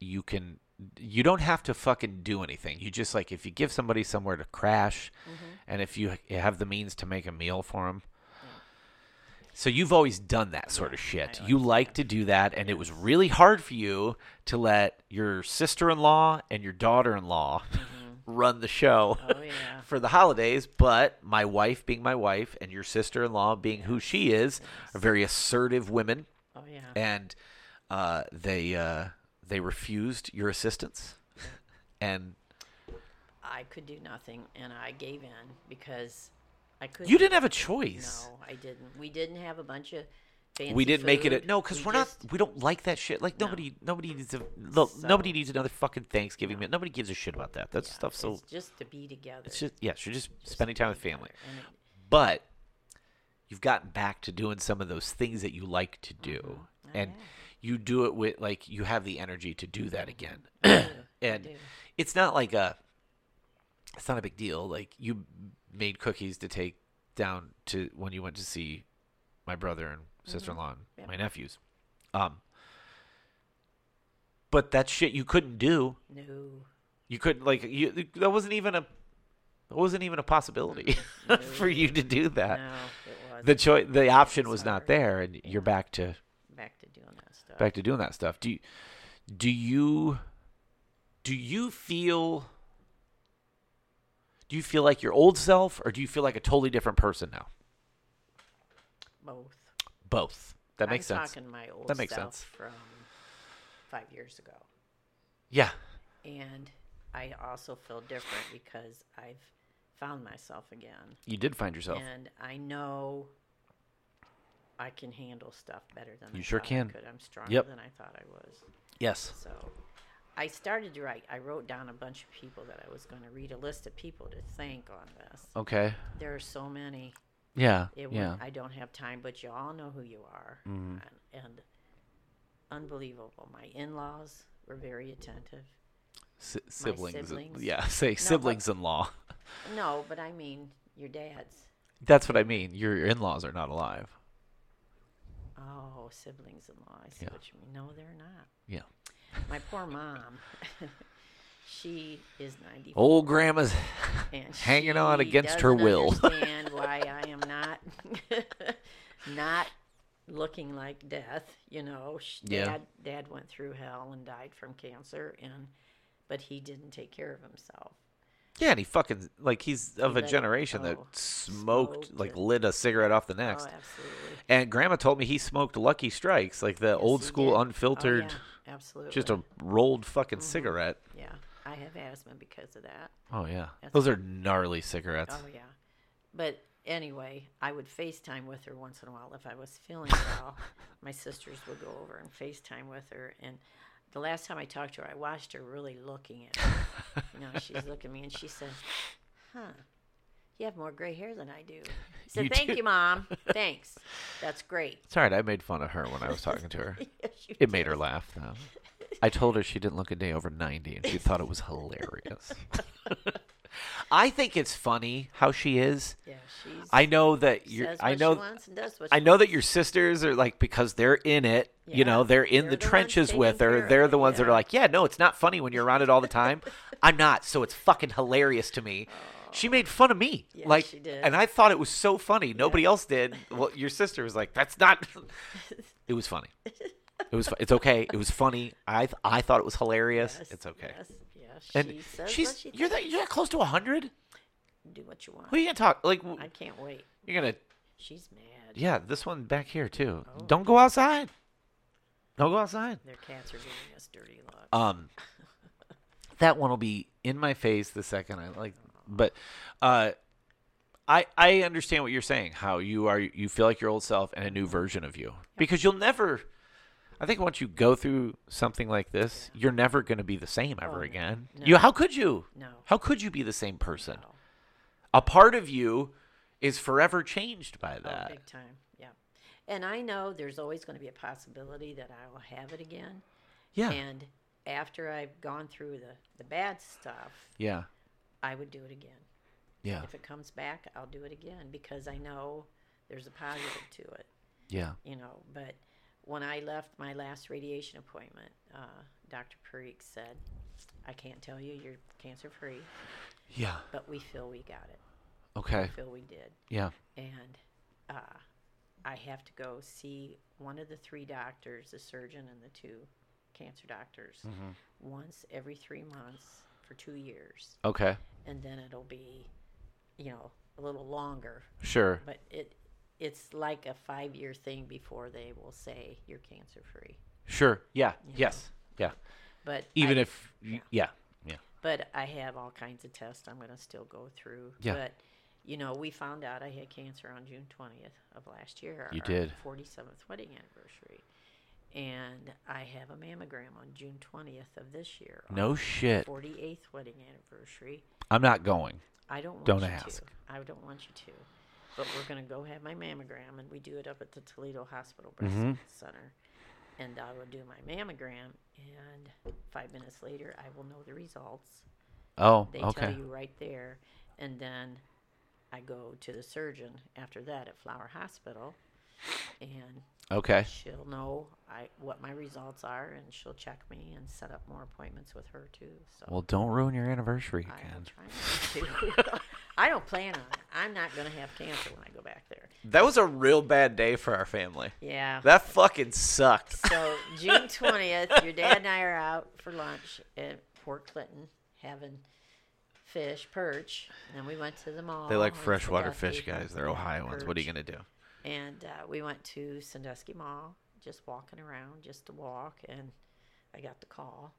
Speaker 3: you can you don't have to fucking do anything you just like if you give somebody somewhere to crash
Speaker 4: Mm-hmm.
Speaker 3: and if you have the means to make a meal for them so you've always done that sort of shit you like to do that and it was really hard for you to let your sister-in-law and your daughter-in-law run the show
Speaker 4: Mm-hmm. Oh yeah.
Speaker 3: for the holidays, but my wife being my wife and your sister in law being who she is are very assertive women,
Speaker 4: Oh yeah.
Speaker 3: and uh, they uh, they refused your assistance, and
Speaker 4: I could do nothing, and I gave in because I couldn't.
Speaker 3: you didn't have a choice.
Speaker 4: No, I didn't. We didn't have a bunch of. Fancy
Speaker 3: We didn't make it a,
Speaker 4: food.
Speaker 3: no because
Speaker 4: We
Speaker 3: we are
Speaker 4: just-
Speaker 3: not we don't like that shit like nobody nobody needs a look, nobody
Speaker 4: So-
Speaker 3: needs another fucking Thanksgiving meal nobody gives a shit about that that stuff so
Speaker 4: It's just to be together.
Speaker 3: it's just yeah she's just spending time with family
Speaker 4: And it-
Speaker 3: but you've gotten back to doing some of those things that you like to do and you do it with like you have the energy to do that again and it's not like a it's not a big deal like you made cookies to take down to when you went to see my brother and sister-in-law and my nephews um but that shit you couldn't do
Speaker 4: no.
Speaker 3: you couldn't like you that wasn't even a that wasn't even a possibility for you to do that
Speaker 4: No, it was
Speaker 3: Uh, the choice the option was not there and you're back to
Speaker 4: back to doing that stuff.
Speaker 3: back to doing that stuff do you do you do you feel do you feel like your old self or do you feel like a totally different person now
Speaker 4: Both.
Speaker 3: both that makes
Speaker 4: I'm
Speaker 3: sense
Speaker 4: Talking my old
Speaker 3: That makes
Speaker 4: self
Speaker 3: sense.
Speaker 4: From five years ago,
Speaker 3: yeah
Speaker 4: and I also feel different because I've found myself again,
Speaker 3: you did find yourself
Speaker 4: and I know I can handle stuff better than
Speaker 3: You
Speaker 4: I
Speaker 3: sure
Speaker 4: thought
Speaker 3: can.
Speaker 4: I could. I'm stronger
Speaker 3: Yep.
Speaker 4: than I thought I was.
Speaker 3: yes
Speaker 4: So I started to write. I wrote down a bunch of people that I was going to read a list of people to thank on this.
Speaker 3: okay
Speaker 4: There are so many.
Speaker 3: yeah
Speaker 4: It
Speaker 3: yeah
Speaker 4: went, I don't have time, but you all know who you are. And, and unbelievable. My in laws were very attentive.
Speaker 3: Si- siblings,
Speaker 4: siblings.
Speaker 3: yeah say siblings in law
Speaker 4: No, but I mean your dad's.
Speaker 3: that's what i mean your in-laws are not alive
Speaker 4: Oh, siblings in law. I see what you mean. No, they're not.
Speaker 3: yeah
Speaker 4: My poor mom. she is 94.
Speaker 3: old grandma's
Speaker 4: and
Speaker 3: hanging on
Speaker 4: she
Speaker 3: against her
Speaker 4: doesn't
Speaker 3: will.
Speaker 4: Understand why I am not not looking like death. You know, Sh-
Speaker 3: Yeah.
Speaker 4: dad dad went through hell and died from cancer, and but he didn't take care of himself.
Speaker 3: Yeah, and he fucking like he's of a
Speaker 4: let it
Speaker 3: generation that
Speaker 4: go.
Speaker 3: smoked,
Speaker 4: Smoked
Speaker 3: like
Speaker 4: it.
Speaker 3: lit a cigarette off the next.
Speaker 4: Oh, absolutely.
Speaker 3: and grandma told me he smoked Lucky Strikes, like the old
Speaker 4: Yes, he
Speaker 3: school
Speaker 4: did. Oh,
Speaker 3: unfiltered
Speaker 4: yeah, Mm-hmm. absolutely.
Speaker 3: just a rolled fucking cigarette.
Speaker 4: yeah. I have asthma because of that.
Speaker 3: Oh yeah. Those are gnarly cigarettes.
Speaker 4: Oh yeah. But anyway, I would FaceTime with her once in a while if I was feeling well. my sisters would go over and FaceTime with her and the last time I talked to her, I watched her really looking at me. you know, she's looking at me and she said, Huh, you have more gray hair than I do. I said,
Speaker 3: You
Speaker 4: Thank
Speaker 3: do.
Speaker 4: you, Mom. Thanks. That's great.
Speaker 3: It's all right, I made fun of her when I was talking to her.
Speaker 4: Yes, you
Speaker 3: It made her laugh though. I told her she didn't look a day over 90 and she thought it was hilarious. I think it's funny how she is.
Speaker 4: yeah, she's
Speaker 3: I know that you're
Speaker 4: says what
Speaker 3: I know
Speaker 4: she wants and does what
Speaker 3: I
Speaker 4: she
Speaker 3: know that your sisters are like because they're in it, you know,
Speaker 4: Yeah,
Speaker 3: they're in
Speaker 4: they're
Speaker 3: the
Speaker 4: the ones
Speaker 3: trenches
Speaker 4: taking
Speaker 3: with
Speaker 4: care
Speaker 3: her.
Speaker 4: of
Speaker 3: They're
Speaker 4: it,
Speaker 3: the ones that are
Speaker 4: yeah.
Speaker 3: like, yeah, no, it's not funny when you're around it all the time. I'm not, so it's fucking hilarious to me. She made fun of me,
Speaker 4: Yeah,
Speaker 3: like,
Speaker 4: she did.
Speaker 3: and I thought it was so funny. Nobody else did. Well, your sister was like, that's not. it was funny. It was. fu- It's okay. It was funny. I th- I thought it was hilarious.
Speaker 4: does.
Speaker 3: it's okay.
Speaker 4: Yes, yeah, she
Speaker 3: And
Speaker 4: says
Speaker 3: she's
Speaker 4: what she
Speaker 3: you're
Speaker 4: thinks.
Speaker 3: that you're that close to hundred.
Speaker 4: do what you want.
Speaker 3: Who are you gonna talk like? w-
Speaker 4: I can't wait.
Speaker 3: You're gonna
Speaker 4: She's mad.
Speaker 3: yeah, this one back here too.
Speaker 4: Oh.
Speaker 3: Don't go outside. Don't go outside.
Speaker 4: Their cats are giving us dirty looks.
Speaker 3: Um, that one will be in my face the second I like. But uh, I, I understand what you're saying. How you are you feel like your old self and a new version of you because you'll never. I think once you go through something like this, you're never going to be the same ever again. You how could you?
Speaker 4: Oh, No.
Speaker 3: How could you be the same person? A part of you is forever changed by that.
Speaker 4: Oh, Big time, yeah. And I know there's always going to be a possibility that I will have it again.
Speaker 3: yeah.
Speaker 4: And after I've gone through the, the bad stuff,
Speaker 3: yeah.
Speaker 4: I would do it again.
Speaker 3: Yeah.
Speaker 4: If it comes back, I'll do it again because I know there's a positive to it,
Speaker 3: Yeah.
Speaker 4: you know. But when I left my last radiation appointment, uh, Dr. Parikh said, I can't tell you you're cancer free,
Speaker 3: Yeah.
Speaker 4: but we feel we got it.
Speaker 3: Okay.
Speaker 4: We feel we did.
Speaker 3: Yeah.
Speaker 4: and uh, I have to go see one of the three doctors, the surgeon and the two cancer doctors,
Speaker 3: Mm-hmm.
Speaker 4: once every three months for two years,
Speaker 3: Okay.
Speaker 4: and then it'll be, you know, a little longer.
Speaker 3: Sure.
Speaker 4: But it, it's like a five-year thing before they will say you're cancer-free.
Speaker 3: Sure. Yeah. Yes. Yeah.
Speaker 4: But
Speaker 3: Even
Speaker 4: I-
Speaker 3: if y- yeah. Yeah.
Speaker 4: But I have all kinds of tests I'm going to still go through.
Speaker 3: Yeah.
Speaker 4: But, you know, we found out I had cancer on June 20th of last year.
Speaker 3: You
Speaker 4: our
Speaker 3: did.
Speaker 4: 47th wedding anniversary. And I have a mammogram on June 20th of this year. on
Speaker 3: No
Speaker 4: our
Speaker 3: shit.
Speaker 4: 48th wedding anniversary.
Speaker 3: I'm not going.
Speaker 4: I don't want
Speaker 3: Don't
Speaker 4: you
Speaker 3: ask.
Speaker 4: to. I don't want you to. But we're going to go have my mammogram, and we do it up at the Toledo Hospital Breast
Speaker 3: Mm-hmm.
Speaker 4: Center. And I will do my mammogram, and five minutes later, I will know the results.
Speaker 3: Oh,
Speaker 4: They
Speaker 3: okay.
Speaker 4: tell you right there. And then I go to the surgeon after that at Flower Hospital and
Speaker 3: Okay.
Speaker 4: she'll know I what my results are and she'll check me and set up more appointments with her too. So
Speaker 3: Well, don't ruin your anniversary
Speaker 4: I am
Speaker 3: again.
Speaker 4: trying not to. I don't plan on it. I'm not gonna have cancer when I go back there.
Speaker 3: That was a real bad day for our family.
Speaker 4: Yeah.
Speaker 3: That fucking sucked.
Speaker 4: so June twentieth, your dad and I are out for lunch at Fort Clinton having fish, perch. And then we went to the mall.
Speaker 3: They like
Speaker 4: in
Speaker 3: freshwater
Speaker 4: Sandusky.
Speaker 3: fish, guys. They're Ohioans. What are you
Speaker 4: Perch.
Speaker 3: gonna do?
Speaker 4: And uh, we went to Sandusky Mall, just walking around, just to walk, and I got the call.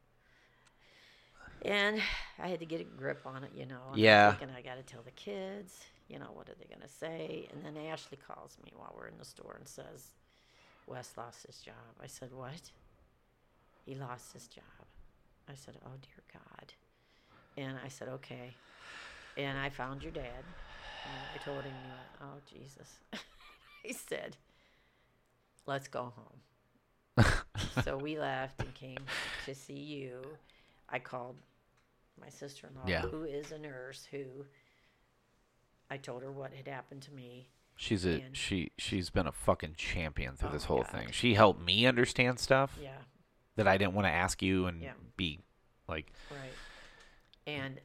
Speaker 4: And I had to get a grip on it, you know. And
Speaker 3: Yeah.
Speaker 4: I'm thinking I got to tell the kids, you know, what are they going to say? And then Ashley calls me while we're in the store and says, Wes lost his job. I said, What? He lost his job. I said, Oh, dear God. And I said, Okay. And I found your dad. And I told him, he went, Oh, Jesus. I said, Let's go home. so we left and came to see you. I called my sister in law,
Speaker 3: Yeah.
Speaker 4: who is a nurse, who I told her what had happened to me.
Speaker 3: She's a
Speaker 4: And-
Speaker 3: she. She's been a fucking champion through
Speaker 4: Oh
Speaker 3: this
Speaker 4: my
Speaker 3: whole
Speaker 4: God.
Speaker 3: thing. She helped me understand stuff
Speaker 4: Yeah,
Speaker 3: that I didn't want to ask you and
Speaker 4: Yeah.
Speaker 3: be like,
Speaker 4: right. And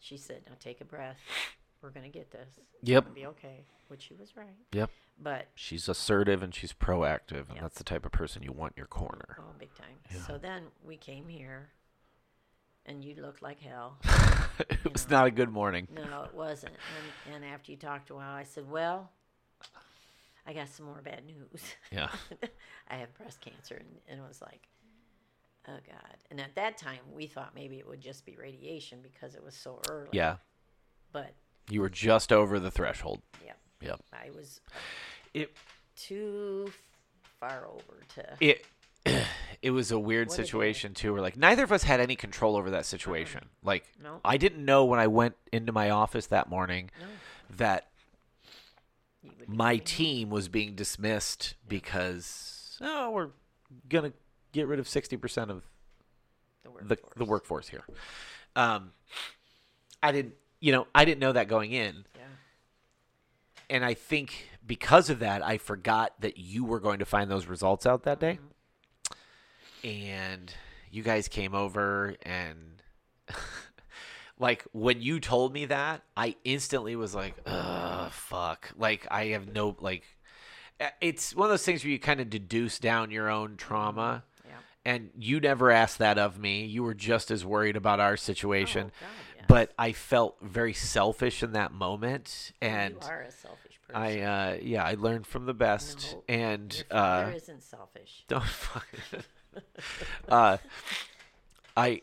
Speaker 4: she said, Now take a breath. We're going to get this.
Speaker 3: "Yep,
Speaker 4: It'll be okay. Which she was right.
Speaker 3: yep."
Speaker 4: But
Speaker 3: She's assertive and she's proactive, and
Speaker 4: Yeah.
Speaker 3: that's the type of person you want in your corner.
Speaker 4: Oh, big time. So then we came here, and you looked like hell.
Speaker 3: it was not a good morning.
Speaker 4: No, it wasn't. And, and after you talked a while, I said, "Well, I got some more bad news.
Speaker 3: Yeah,
Speaker 4: I have breast cancer," and, and it was like, "Oh God!" And at that time, we thought maybe it would just be radiation because it was so early.
Speaker 3: yeah.
Speaker 4: But
Speaker 3: You were just over the threshold.
Speaker 4: yeah,
Speaker 3: Yep.
Speaker 4: I was
Speaker 3: It
Speaker 4: too f- far over to.
Speaker 3: it it was a weird
Speaker 4: What a day.
Speaker 3: situation too where like neither of us had any control over that situation like
Speaker 4: Uh-huh. No.
Speaker 3: i didn't know when i went into my office that morning that
Speaker 4: you would be
Speaker 3: my
Speaker 4: coming.
Speaker 3: team was being dismissed because oh we're gonna get rid of 60% of
Speaker 4: the
Speaker 3: the,
Speaker 4: workforce.
Speaker 3: the workforce here um i didn't you know i didn't know that going in
Speaker 4: Yeah.
Speaker 3: and I think because of that, I forgot that you were going to find those results out that day.
Speaker 4: Mm-hmm.
Speaker 3: And you guys came over, and like when you told me that, I instantly was like, "Ugh, fuck!" Like I have no like. eh, It's one of those things where you kind of deduce down your own trauma.
Speaker 4: Mm-hmm. Yeah.
Speaker 3: And you never asked that of me. You were just as worried about our situation.
Speaker 4: Oh, God, yes.
Speaker 3: But I felt very selfish in that moment. And
Speaker 4: you are a selfish person.
Speaker 3: I uh yeah, I learned from the best
Speaker 4: No,
Speaker 3: and
Speaker 4: Your father
Speaker 3: uh
Speaker 4: isn't selfish.
Speaker 3: don't fuck uh I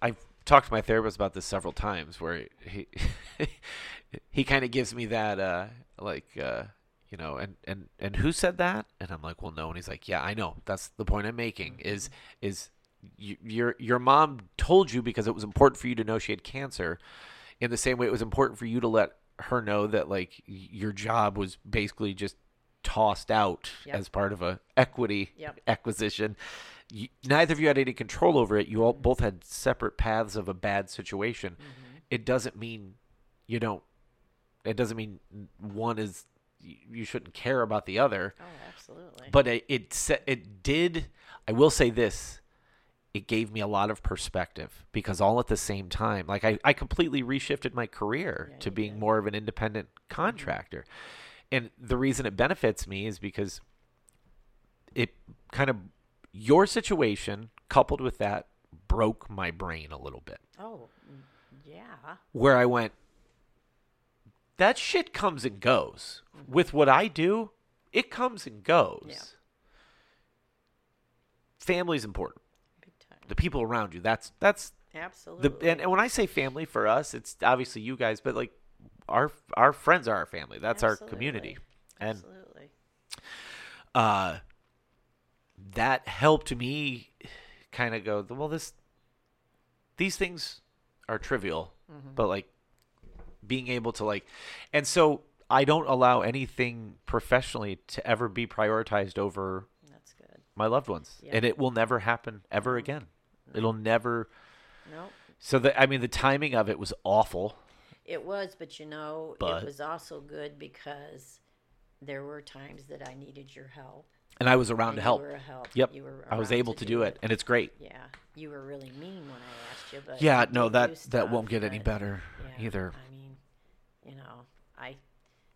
Speaker 3: I talked to my therapist about this several times where he he kind of gives me that uh like uh you know and and and who said that and i'm like well no and he's like yeah i know that's the point i'm making is is y- your your mom told you because it was important for you to know she had cancer in the same way it was important for you to let her know that like y- your job was basically just tossed out
Speaker 4: Yep.
Speaker 3: as part of a equity
Speaker 4: Yep.
Speaker 3: acquisition. You, neither of you had any control over it. You all both had separate paths of a bad situation. It doesn't mean you don't. It doesn't mean one is you you shouldn't care about the other.
Speaker 4: Oh, absolutely.
Speaker 3: But it it, se- it did. I will say this. It gave me a lot of perspective because all at the same time, like I, I completely reshifted my career to being more of an independent contractor. And the reason it benefits me is because it kind of your situation coupled with that broke my brain a little bit
Speaker 4: oh, mm, yeah.
Speaker 3: where I went, that shit comes and goes. With what I do, it comes and goes.
Speaker 4: Yeah.
Speaker 3: Family's important.
Speaker 4: Big time.
Speaker 3: The people around you. That's that's the
Speaker 4: Absolutely.
Speaker 3: and, and when I say family for us, it's obviously you guys, but like our our friends are our family. That's our
Speaker 4: Absolutely.
Speaker 3: community. And
Speaker 4: absolutely.
Speaker 3: uh that helped me kind of go well this these things are trivial
Speaker 4: Mm-hmm.
Speaker 3: but like being able to like and so i don't allow anything professionally to ever be prioritized over
Speaker 4: That's good.
Speaker 3: my loved ones
Speaker 4: Yeah.
Speaker 3: and it will never happen ever again it'll never
Speaker 4: Nope.
Speaker 3: so that i mean the timing of it was awful
Speaker 4: It was, but you know,
Speaker 3: But-
Speaker 4: it was also good because there were times that I needed your help.
Speaker 3: and i was around
Speaker 4: And
Speaker 3: to
Speaker 4: you
Speaker 3: help
Speaker 4: were a help.
Speaker 3: yep
Speaker 4: You were
Speaker 3: i was
Speaker 4: around
Speaker 3: able to, do it. and it's great
Speaker 4: Yeah, you were really mean when I asked you, but
Speaker 3: yeah
Speaker 4: you
Speaker 3: no
Speaker 4: did do
Speaker 3: that that
Speaker 4: stuff,
Speaker 3: won't get any
Speaker 4: but,
Speaker 3: better
Speaker 4: yeah,
Speaker 3: either
Speaker 4: I mean, you know, I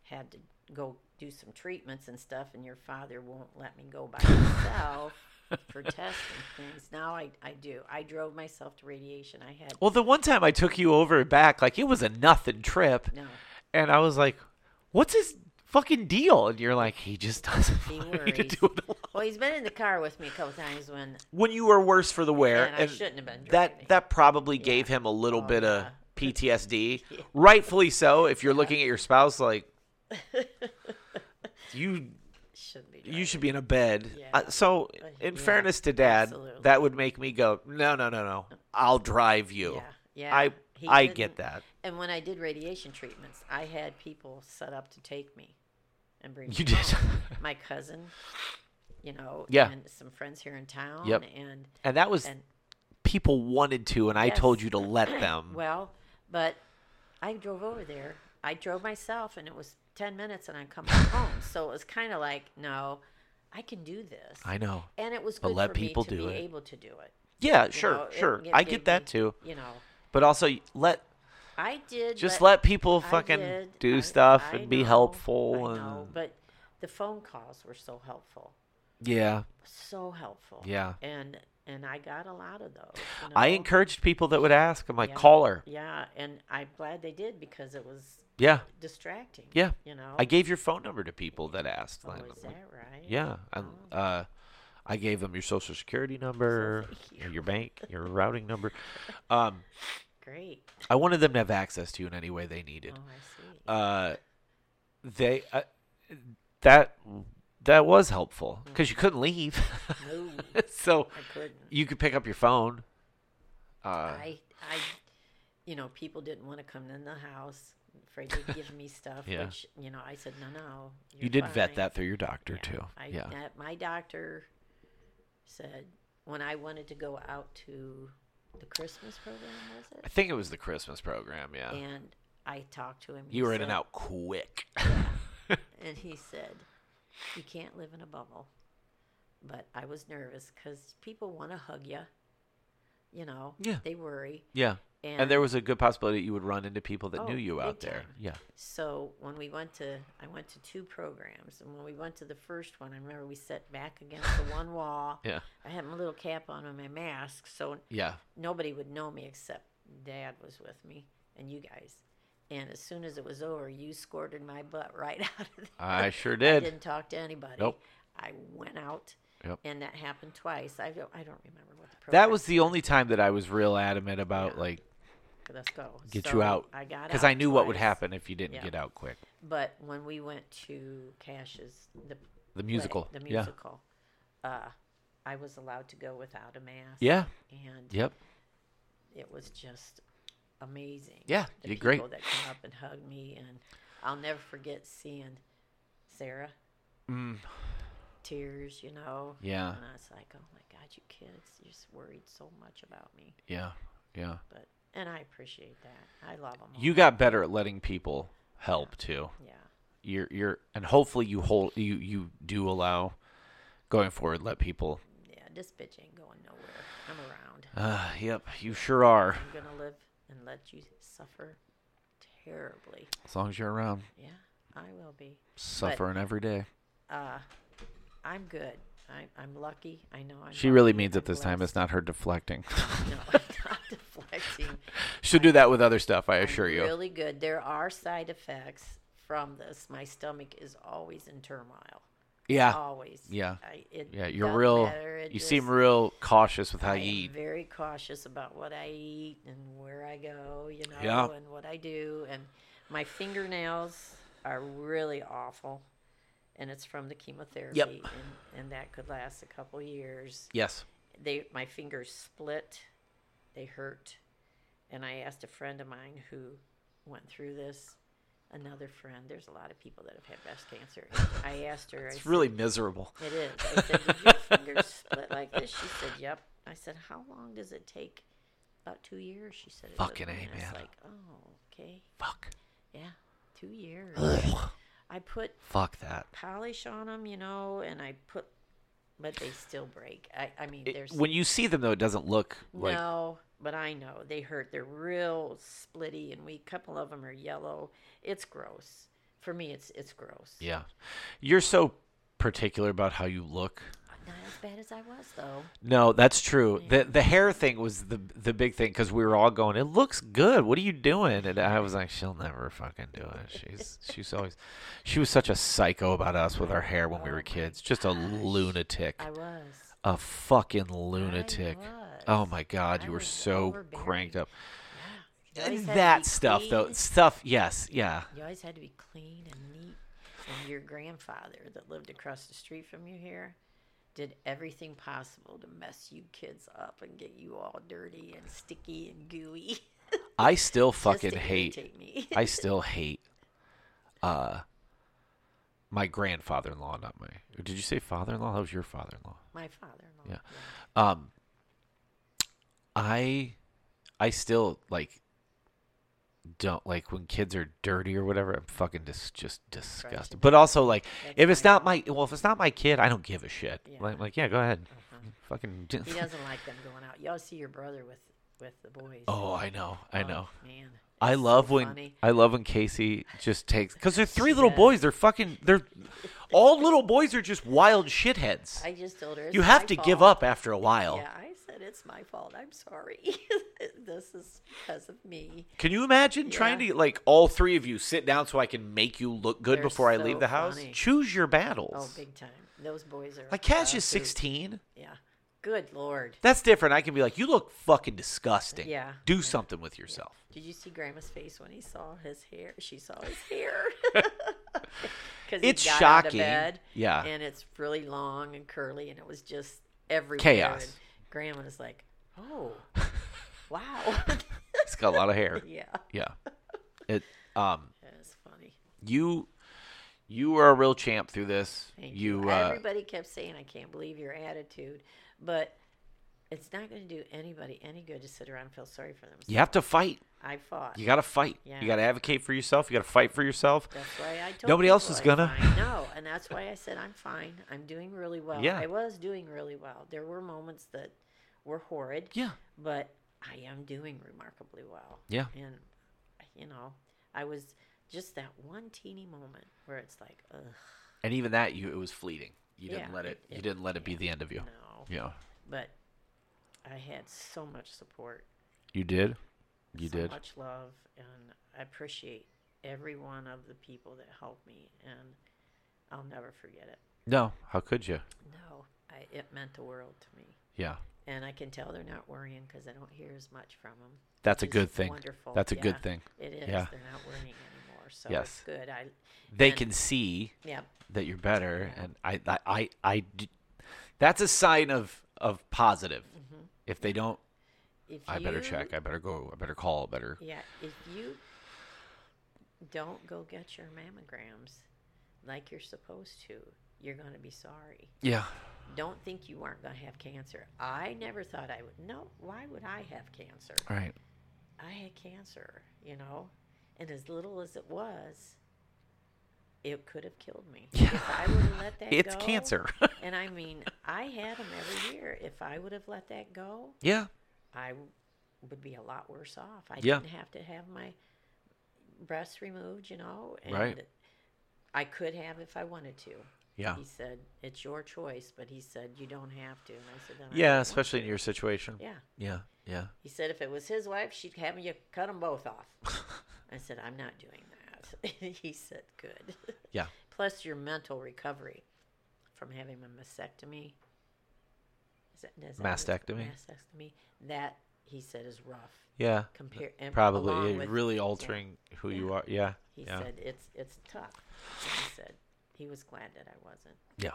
Speaker 4: had to go do some treatments and stuff, and your father won't let me go by myself for tests and things. Now I I do. I drove myself to radiation. I had
Speaker 3: Well, the one time I took you over and back, like it was a nothing trip,
Speaker 4: no.
Speaker 3: and I was like, "What's his fucking deal?" And you're like, "He just doesn't
Speaker 4: He
Speaker 3: want me to
Speaker 4: worries.
Speaker 3: do it." alone."
Speaker 4: Well, he's been in the car with me a couple times when
Speaker 3: When you were worse for the wear,
Speaker 4: And I shouldn't have been
Speaker 3: That
Speaker 4: driving. Oh,
Speaker 3: that probably gave him a little bit
Speaker 4: yeah.
Speaker 3: of PTSD, rightfully so. If you're looking at your spouse like you
Speaker 4: should be.
Speaker 3: you
Speaker 4: Driving.
Speaker 3: should be in a bed.
Speaker 4: Yeah.
Speaker 3: Uh, so, in
Speaker 4: yeah,
Speaker 3: fairness to Dad,
Speaker 4: absolutely.
Speaker 3: that would make me go, "No, no, no, no. I'll drive you."
Speaker 4: Yeah, yeah.
Speaker 3: I
Speaker 4: He
Speaker 3: I
Speaker 4: didn't-
Speaker 3: get that.
Speaker 4: And when I did radiation treatments, I had people set up to take me and bring me
Speaker 3: You did.
Speaker 4: home. My cousin, you know,
Speaker 3: Yeah.
Speaker 4: and some friends here in town.
Speaker 3: Yep.
Speaker 4: And
Speaker 3: And that was
Speaker 4: And-
Speaker 3: people wanted to, and I
Speaker 4: Yes.
Speaker 3: told you to let them.
Speaker 4: well, but I drove over there. I drove myself, and it was ten minutes, and I'm coming home. So it was kind of like, no, I can do this.
Speaker 3: I know.
Speaker 4: And it was
Speaker 3: But
Speaker 4: good
Speaker 3: let
Speaker 4: for
Speaker 3: people
Speaker 4: me to
Speaker 3: do
Speaker 4: be
Speaker 3: it.
Speaker 4: able to do it.
Speaker 3: Yeah,
Speaker 4: you
Speaker 3: sure,
Speaker 4: know, it-
Speaker 3: sure.
Speaker 4: it
Speaker 3: I
Speaker 4: gave
Speaker 3: get that
Speaker 4: me,
Speaker 3: too.
Speaker 4: You know,
Speaker 3: But also y- let
Speaker 4: I did.
Speaker 3: just
Speaker 4: but-
Speaker 3: let people
Speaker 4: I
Speaker 3: fucking
Speaker 4: did.
Speaker 3: do
Speaker 4: I-
Speaker 3: stuff
Speaker 4: I
Speaker 3: and be
Speaker 4: know.
Speaker 3: helpful
Speaker 4: I
Speaker 3: and
Speaker 4: know, but the phone calls were so helpful,
Speaker 3: yeah.
Speaker 4: so helpful.
Speaker 3: Yeah.
Speaker 4: and and I got a lot of those. you
Speaker 3: I
Speaker 4: know?
Speaker 3: encouraged people that would ask. I'm like,
Speaker 4: Yeah.
Speaker 3: call her.
Speaker 4: Yeah, and I'm glad they did because it was
Speaker 3: Yeah,
Speaker 4: distracting.
Speaker 3: yeah.
Speaker 4: you know.
Speaker 3: I gave your phone number to people that asked.
Speaker 4: Oh,
Speaker 3: Lynn.
Speaker 4: is that Oh. right?
Speaker 3: Yeah, and uh, I gave them your social security number,
Speaker 4: thank you.
Speaker 3: your bank, your routing number. Um,
Speaker 4: Great.
Speaker 3: I wanted them to have access to you in any way they needed.
Speaker 4: Oh, I
Speaker 3: uh,
Speaker 4: see.
Speaker 3: they uh, that that was helpful because you couldn't leave,
Speaker 4: No,
Speaker 3: so
Speaker 4: I couldn't.
Speaker 3: you could pick up your phone. Uh,
Speaker 4: I, I, you know, people didn't want to come in the house, afraid they'd give me stuff.
Speaker 3: Yeah.
Speaker 4: Which you know, I said no, no.
Speaker 3: you did vet
Speaker 4: fine."
Speaker 3: that through your doctor too.
Speaker 4: I,
Speaker 3: yeah,
Speaker 4: that- my doctor said when I wanted to go out to the Christmas program, was
Speaker 3: I
Speaker 4: it?
Speaker 3: think it was the Christmas program. Yeah,
Speaker 4: And I talked to him. he
Speaker 3: you were in and
Speaker 4: said-
Speaker 3: out quick.
Speaker 4: And he said, You can't live in a bubble. But I was nervous because people want to hug you. You know,
Speaker 3: Yeah.
Speaker 4: they worry.
Speaker 3: yeah, and,
Speaker 4: And-
Speaker 3: there was a good possibility that you would run into people that knew
Speaker 4: Oh,
Speaker 3: you
Speaker 4: big
Speaker 3: out there.
Speaker 4: time.
Speaker 3: Yeah,
Speaker 4: So when we went to, I went to two programs, and when we went to the first one, I remember we sat back against the one wall.
Speaker 3: yeah,
Speaker 4: I had my little cap on and my mask, so
Speaker 3: yeah.
Speaker 4: nobody would know me except dad was with me and you guys. And as soon as it was over, you squirted my butt right out of there.
Speaker 3: I sure did.
Speaker 4: didn't talk to anybody.
Speaker 3: Nope.
Speaker 4: I went out
Speaker 3: Yep.
Speaker 4: and that happened twice. I don't, I don't remember what the program.
Speaker 3: That was the only time that I was real adamant about like
Speaker 4: Let's go.
Speaker 3: get
Speaker 4: So
Speaker 3: you out
Speaker 4: I got out
Speaker 3: because I knew what would
Speaker 4: twice.
Speaker 3: happen if you didn't
Speaker 4: Yeah.
Speaker 3: get out quick.
Speaker 4: But when we went to Cash's the
Speaker 3: The
Speaker 4: play-
Speaker 3: musical,
Speaker 4: the
Speaker 3: yeah.
Speaker 4: musical, uh, I was allowed to go without a mask.
Speaker 3: Yeah.
Speaker 4: and
Speaker 3: Yep.
Speaker 4: it was just amazing.
Speaker 3: Yeah,
Speaker 4: the
Speaker 3: you did
Speaker 4: people
Speaker 3: great.
Speaker 4: that came up and hugged me, and I'll never forget seeing Sarah. Tears, you know.
Speaker 3: Mm. Yeah.
Speaker 4: And I was like, oh my God, you kids, you're just worried so much about me.
Speaker 3: Yeah. Yeah.
Speaker 4: But and I appreciate that. I love them. All.
Speaker 3: You got better at letting people help too.
Speaker 4: yeah.
Speaker 3: You're you're and hopefully you hold you you do allow going forward let people.
Speaker 4: Yeah, this bitch ain't going nowhere. I'm around.
Speaker 3: Uh, yep, you sure are.
Speaker 4: I'm gonna live and let you suffer terribly.
Speaker 3: As long as you're around,
Speaker 4: Yeah, I will be.
Speaker 3: suffering every day.
Speaker 4: I'm good. I, I'm lucky. I know I'm.
Speaker 3: She really
Speaker 4: lucky.
Speaker 3: means it
Speaker 4: I'm
Speaker 3: this time. It's
Speaker 4: blessed.
Speaker 3: not her deflecting.
Speaker 4: No, I'm not deflecting.
Speaker 3: She'll do that with other stuff, I assure you.
Speaker 4: Really good. There are side effects from this. My stomach is always in turmoil.
Speaker 3: yeah.
Speaker 4: Always.
Speaker 3: Ah, Yeah.
Speaker 4: I, it
Speaker 3: yeah, you're
Speaker 4: doesn't
Speaker 3: real.
Speaker 4: matter. It
Speaker 3: You seem
Speaker 4: just-
Speaker 3: real cautious with how
Speaker 4: I
Speaker 3: you
Speaker 4: am
Speaker 3: eat.
Speaker 4: very cautious about what I eat and where I go, you know,
Speaker 3: Yeah.
Speaker 4: and what I do. And my fingernails are really awful, and it's from the chemotherapy, and, and that could last a couple years.
Speaker 3: Yes.
Speaker 4: They, my fingers split, they hurt, and I asked a friend of mine who went through this. Another friend. There's a lot of people that have had breast cancer. and I asked her. I
Speaker 3: It's
Speaker 4: said,
Speaker 3: really miserable.
Speaker 4: it is. I said, Did your fingers split like this? She said, Yep. I said, How long does it take? About two years. She said, it took
Speaker 3: Fucking
Speaker 4: me."
Speaker 3: A,
Speaker 4: And I
Speaker 3: man.
Speaker 4: was like, Oh, okay.
Speaker 3: Fuck.
Speaker 4: Yeah, two years. I put
Speaker 3: Fuck that.
Speaker 4: polish on them, you know, and I put, but they still break. I, I mean,
Speaker 3: It-
Speaker 4: there's
Speaker 3: when you see them though, it doesn't look like
Speaker 4: no, but I know they hurt. They're real splitty and weak. couple of them are yellow. It's gross. For me, it's it's gross.
Speaker 3: Yeah. You're so particular about how you look.
Speaker 4: Not as bad as I was though.
Speaker 3: No, that's true. The the hair thing was the the big thing cuz we were all going, "It looks good. What are you doing?" And I was like, "She'll never fucking do it." She's she's always she was such a psycho about us with our hair when we were kids. Just a lunatic.
Speaker 4: I was.
Speaker 3: a fucking lunatic. Oh
Speaker 4: was.
Speaker 3: my god,
Speaker 4: I
Speaker 3: you were
Speaker 4: was
Speaker 3: so
Speaker 4: overbearing.
Speaker 3: cranked up.
Speaker 4: You always had to
Speaker 3: That
Speaker 4: be
Speaker 3: stuff though.
Speaker 4: clean.
Speaker 3: Stuff, yes. Yeah.
Speaker 4: You always had to be clean and neat. And your grandfather that lived across the street from you here did everything possible to mess you kids up and get you all dirty and sticky and gooey.
Speaker 3: I still
Speaker 4: just
Speaker 3: fucking
Speaker 4: to
Speaker 3: hate
Speaker 4: irritate me.
Speaker 3: I still hate uh my grandfather-in-law, not my. Did you say father-in-law? That was your father-in-law.
Speaker 4: My father-in-law.
Speaker 3: Yeah. I I still like don't like when kids are dirty or whatever. I'm fucking dis- just disgusted. But also like if it's not my well, if it's not my kid, I don't give a shit. Like, like yeah, go ahead. Fucking. do-
Speaker 4: He doesn't like them going out. Y'all see your brother with with the boys.
Speaker 3: Oh, I know. I know.
Speaker 4: man.
Speaker 3: I
Speaker 4: It's so
Speaker 3: love when
Speaker 4: funny.
Speaker 3: I love when Casey just takes because they're three little boys. They're fucking. They're all little boys are just wild shitheads.
Speaker 4: I just told her
Speaker 3: you
Speaker 4: "It's
Speaker 3: have
Speaker 4: my
Speaker 3: to give
Speaker 4: fault."
Speaker 3: up after a while.
Speaker 4: Yeah, I said it's my fault. I'm sorry. this is because of me.
Speaker 3: Can you imagine trying
Speaker 4: Yeah.
Speaker 3: to like all three of you sit down so I can make you look good
Speaker 4: They're
Speaker 3: before I
Speaker 4: so
Speaker 3: leave the house?
Speaker 4: funny.
Speaker 3: Choose your battles.
Speaker 4: Oh, big time. Those boys are
Speaker 3: like Cash
Speaker 4: uh,
Speaker 3: is
Speaker 4: who-
Speaker 3: sixteen.
Speaker 4: Yeah. Good lord.
Speaker 3: That's different. I can be like, you look fucking disgusting.
Speaker 4: Yeah.
Speaker 3: Do something with yourself.
Speaker 4: Did you see Grandma's face when he saw his hair? She saw his hair. Because
Speaker 3: It's shocking. Yeah.
Speaker 4: And it's really long and curly, and it was just everywhere.
Speaker 3: Chaos.
Speaker 4: And Grandma's like, oh, wow.
Speaker 3: It's got a lot of hair.
Speaker 4: yeah.
Speaker 3: yeah. It um
Speaker 4: That's funny.
Speaker 3: you you are a real champ through this.
Speaker 4: Thank
Speaker 3: you
Speaker 4: you.
Speaker 3: uh
Speaker 4: Everybody kept saying, I can't believe your attitude. But it's not going to do anybody any good to sit around and feel sorry for themselves.
Speaker 3: you have to fight.
Speaker 4: I fought.
Speaker 3: You gotta fight.
Speaker 4: Yeah.
Speaker 3: You gotta advocate for yourself. You gotta fight for yourself.
Speaker 4: That's why I told
Speaker 3: Nobody else
Speaker 4: people
Speaker 3: is
Speaker 4: I'm
Speaker 3: gonna.
Speaker 4: fine. No, and that's why I said I'm fine. I'm doing really well.
Speaker 3: Yeah.
Speaker 4: I was doing really well. There were moments that were horrid.
Speaker 3: Yeah.
Speaker 4: But I am doing remarkably well.
Speaker 3: Yeah.
Speaker 4: And you know, I was just that one teeny moment where it's like, ugh,
Speaker 3: And even that you it was fleeting. You didn't
Speaker 4: Yeah,
Speaker 3: let it,
Speaker 4: it-
Speaker 3: you
Speaker 4: it-
Speaker 3: didn't let it be the end of you.
Speaker 4: no.
Speaker 3: Yeah.
Speaker 4: But I had so much support,
Speaker 3: You did? You
Speaker 4: so
Speaker 3: did.
Speaker 4: much love, and I appreciate every one of the people that helped me, and I'll never forget it.
Speaker 3: No, how could you?
Speaker 4: No, I, it meant the world to me.
Speaker 3: Yeah.
Speaker 4: And I can tell they're not worrying because I don't hear as much from them.
Speaker 3: That's a
Speaker 4: It's
Speaker 3: good thing.
Speaker 4: Wonderful.
Speaker 3: That's a
Speaker 4: Yeah,
Speaker 3: good thing.
Speaker 4: It is.
Speaker 3: Yeah.
Speaker 4: They're not worrying anymore, so
Speaker 3: Yes.
Speaker 4: it's good. I.
Speaker 3: They
Speaker 4: and-
Speaker 3: can see
Speaker 4: Yeah.
Speaker 3: that you're better and I I I, I d- that's a sign of of positive.
Speaker 4: Mm-hmm.
Speaker 3: If they don't
Speaker 4: If
Speaker 3: I better
Speaker 4: you-
Speaker 3: check, I better go, I better call, I better
Speaker 4: Yeah, if you don't go get your mammograms like you're supposed to, you're going to be sorry.
Speaker 3: Yeah.
Speaker 4: Don't think you aren't going to have cancer. I never thought I would. No, why would I have cancer?
Speaker 3: All right.
Speaker 4: I had cancer, you know, and as little as it was, it could have killed me. If I would have let that
Speaker 3: It's
Speaker 4: go,
Speaker 3: cancer.
Speaker 4: and I mean, I had them every year. If I would have let that go,
Speaker 3: Yeah.
Speaker 4: I w- would be a lot worse off. I
Speaker 3: Yeah.
Speaker 4: didn't have to have my breasts removed, you know, and
Speaker 3: Right.
Speaker 4: I could have if I wanted to.
Speaker 3: Yeah.
Speaker 4: He said, "It's your choice," but he said, "You don't have to." And I said, "Then I don't
Speaker 3: Yeah,
Speaker 4: want
Speaker 3: especially in
Speaker 4: to."
Speaker 3: your situation.
Speaker 4: yeah."
Speaker 3: Yeah. Yeah.
Speaker 4: He said, "If it was his wife, she'd have you cut them both off." I said, "I'm not doing that." he said, "Good."
Speaker 3: Yeah.
Speaker 4: Plus, your mental recovery from having a mastectomy. Is that, is that what it's-
Speaker 3: Mastectomy.
Speaker 4: Mastectomy. That he said is rough.
Speaker 3: Yeah.
Speaker 4: compare and along
Speaker 3: Probably yeah,
Speaker 4: with-
Speaker 3: really
Speaker 4: yeah.
Speaker 3: altering who you are. Yeah.
Speaker 4: He
Speaker 3: yeah.
Speaker 4: said it's it's tough. He said he was glad that I wasn't,
Speaker 3: yeah.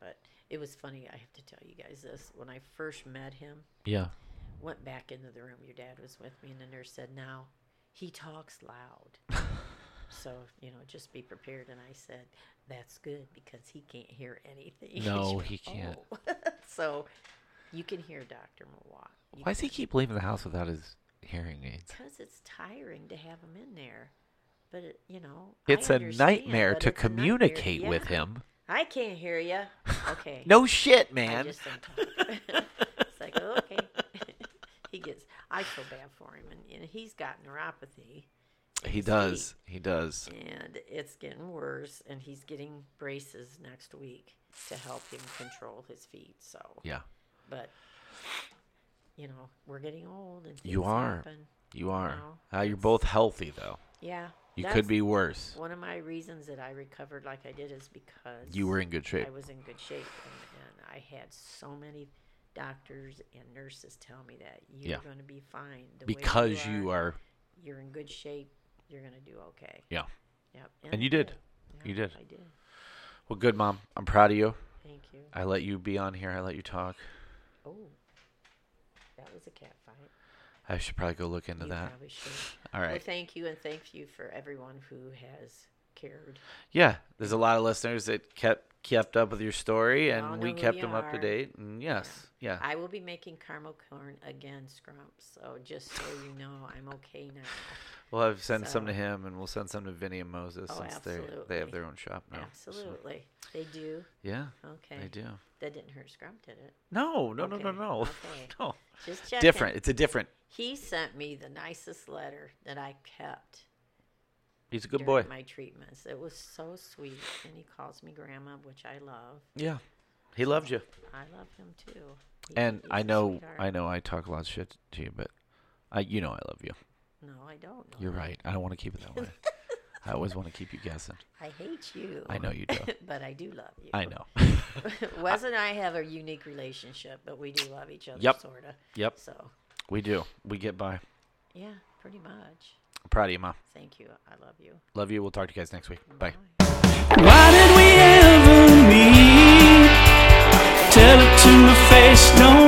Speaker 4: but it was funny. I have to tell you guys this. When I first met him,
Speaker 3: Yeah.
Speaker 4: went back into the room. Your dad was with me, and the nurse said, "Now he talks loud." So, you know, just be prepared. And I said, that's good because he can't hear anything.
Speaker 3: No, he can't.
Speaker 4: Oh. so you can hear Dr. Mawat. You
Speaker 3: Why does he keep leaving the house without his hearing aids?
Speaker 4: because it's tiring to have him in there. But it, you know, I
Speaker 3: It's a
Speaker 4: understand,
Speaker 3: nightmare
Speaker 4: but
Speaker 3: to
Speaker 4: it's a nightmare.
Speaker 3: communicate with
Speaker 4: Yeah.
Speaker 3: him.
Speaker 4: I can't hear you. Okay.
Speaker 3: No shit,
Speaker 4: I
Speaker 3: man.
Speaker 4: just don't talk. it's like okay. he gets. I feel bad for him, and, and he's got neuropathy,
Speaker 3: He does. He does.
Speaker 4: and it's getting worse. And he's getting braces next week to help him control his feet. So,
Speaker 3: Yeah.
Speaker 4: but you know, we're getting old, and
Speaker 3: You
Speaker 4: things
Speaker 3: are.
Speaker 4: happen.
Speaker 3: You are.
Speaker 4: No,
Speaker 3: Uh, you're both healthy though.
Speaker 4: Yeah,
Speaker 3: You
Speaker 4: that's-
Speaker 3: could be worse.
Speaker 4: One of my reasons that I recovered like I did is because
Speaker 3: You were in good shape.
Speaker 4: I was in good shape, and, and I had so many doctors and nurses tell me that you're
Speaker 3: Yeah.
Speaker 4: going to be fine the way
Speaker 3: Because you are.
Speaker 4: You're in good shape. You're going to do okay.
Speaker 3: Yeah.
Speaker 4: Yep.
Speaker 3: And you
Speaker 4: I
Speaker 3: did. You
Speaker 4: Yeah,
Speaker 3: did.
Speaker 4: I did.
Speaker 3: Well, good mom. I'm proud of you.
Speaker 4: Thank you.
Speaker 3: I let you be on here. I let you talk.
Speaker 4: Oh, that was a cat fight.
Speaker 3: I should probably go look into
Speaker 4: You
Speaker 3: that.
Speaker 4: probably should.
Speaker 3: All
Speaker 4: Well,
Speaker 3: right.
Speaker 4: thank you, and thank you for everyone who has cared.
Speaker 3: Yeah, there's a lot of listeners that kept kept up with your story,
Speaker 4: all
Speaker 3: and we
Speaker 4: know who
Speaker 3: kept
Speaker 4: you
Speaker 3: them up to
Speaker 4: are.
Speaker 3: date. And yes, yeah,
Speaker 4: I will be making caramel corn again, Scrump. So just so you know, I'm okay now.
Speaker 3: we'll have send some to
Speaker 4: so-
Speaker 3: him, and we'll send some to Vinny and Moses
Speaker 4: Oh,
Speaker 3: since they they have
Speaker 4: absolutely.
Speaker 3: their own shop now. So,
Speaker 4: Absolutely. They do.
Speaker 3: yeah,
Speaker 4: Okay.
Speaker 3: they do.
Speaker 4: That didn't hurt Scrump, did it?
Speaker 3: No, no, no, no,
Speaker 4: Okay,
Speaker 3: no,
Speaker 4: okay.
Speaker 3: no.
Speaker 4: Just checking.
Speaker 3: Different. It's a different.
Speaker 4: He sent me the nicest letter that I kept
Speaker 3: He's a good boy.
Speaker 4: during my treatments. It was so sweet. And he calls me grandma, which I love.
Speaker 3: yeah, he loved you.
Speaker 4: I love him too. He-
Speaker 3: And
Speaker 4: he's
Speaker 3: I
Speaker 4: a
Speaker 3: know,
Speaker 4: sweetheart.
Speaker 3: I know, I talk a lot of shit to you, but I, you know, I love you.
Speaker 4: No, I don't. know
Speaker 3: You're
Speaker 4: that.
Speaker 3: right. I don't want to keep it that way. I always want to keep you guessing.
Speaker 4: I hate you.
Speaker 3: I know you do.
Speaker 4: but I do love you.
Speaker 3: I know.
Speaker 4: Wes and I have a unique relationship, but we do love each other,
Speaker 3: Yep.
Speaker 4: sort of.
Speaker 3: Yep.
Speaker 4: So,
Speaker 3: We do. We get by.
Speaker 4: yeah, pretty much.
Speaker 3: I'm proud of you, mom.
Speaker 4: Thank you. I love you.
Speaker 3: Love you. We'll talk to you guys next week. Bye.
Speaker 2: Why did we ever meet? Tell it to my face, don't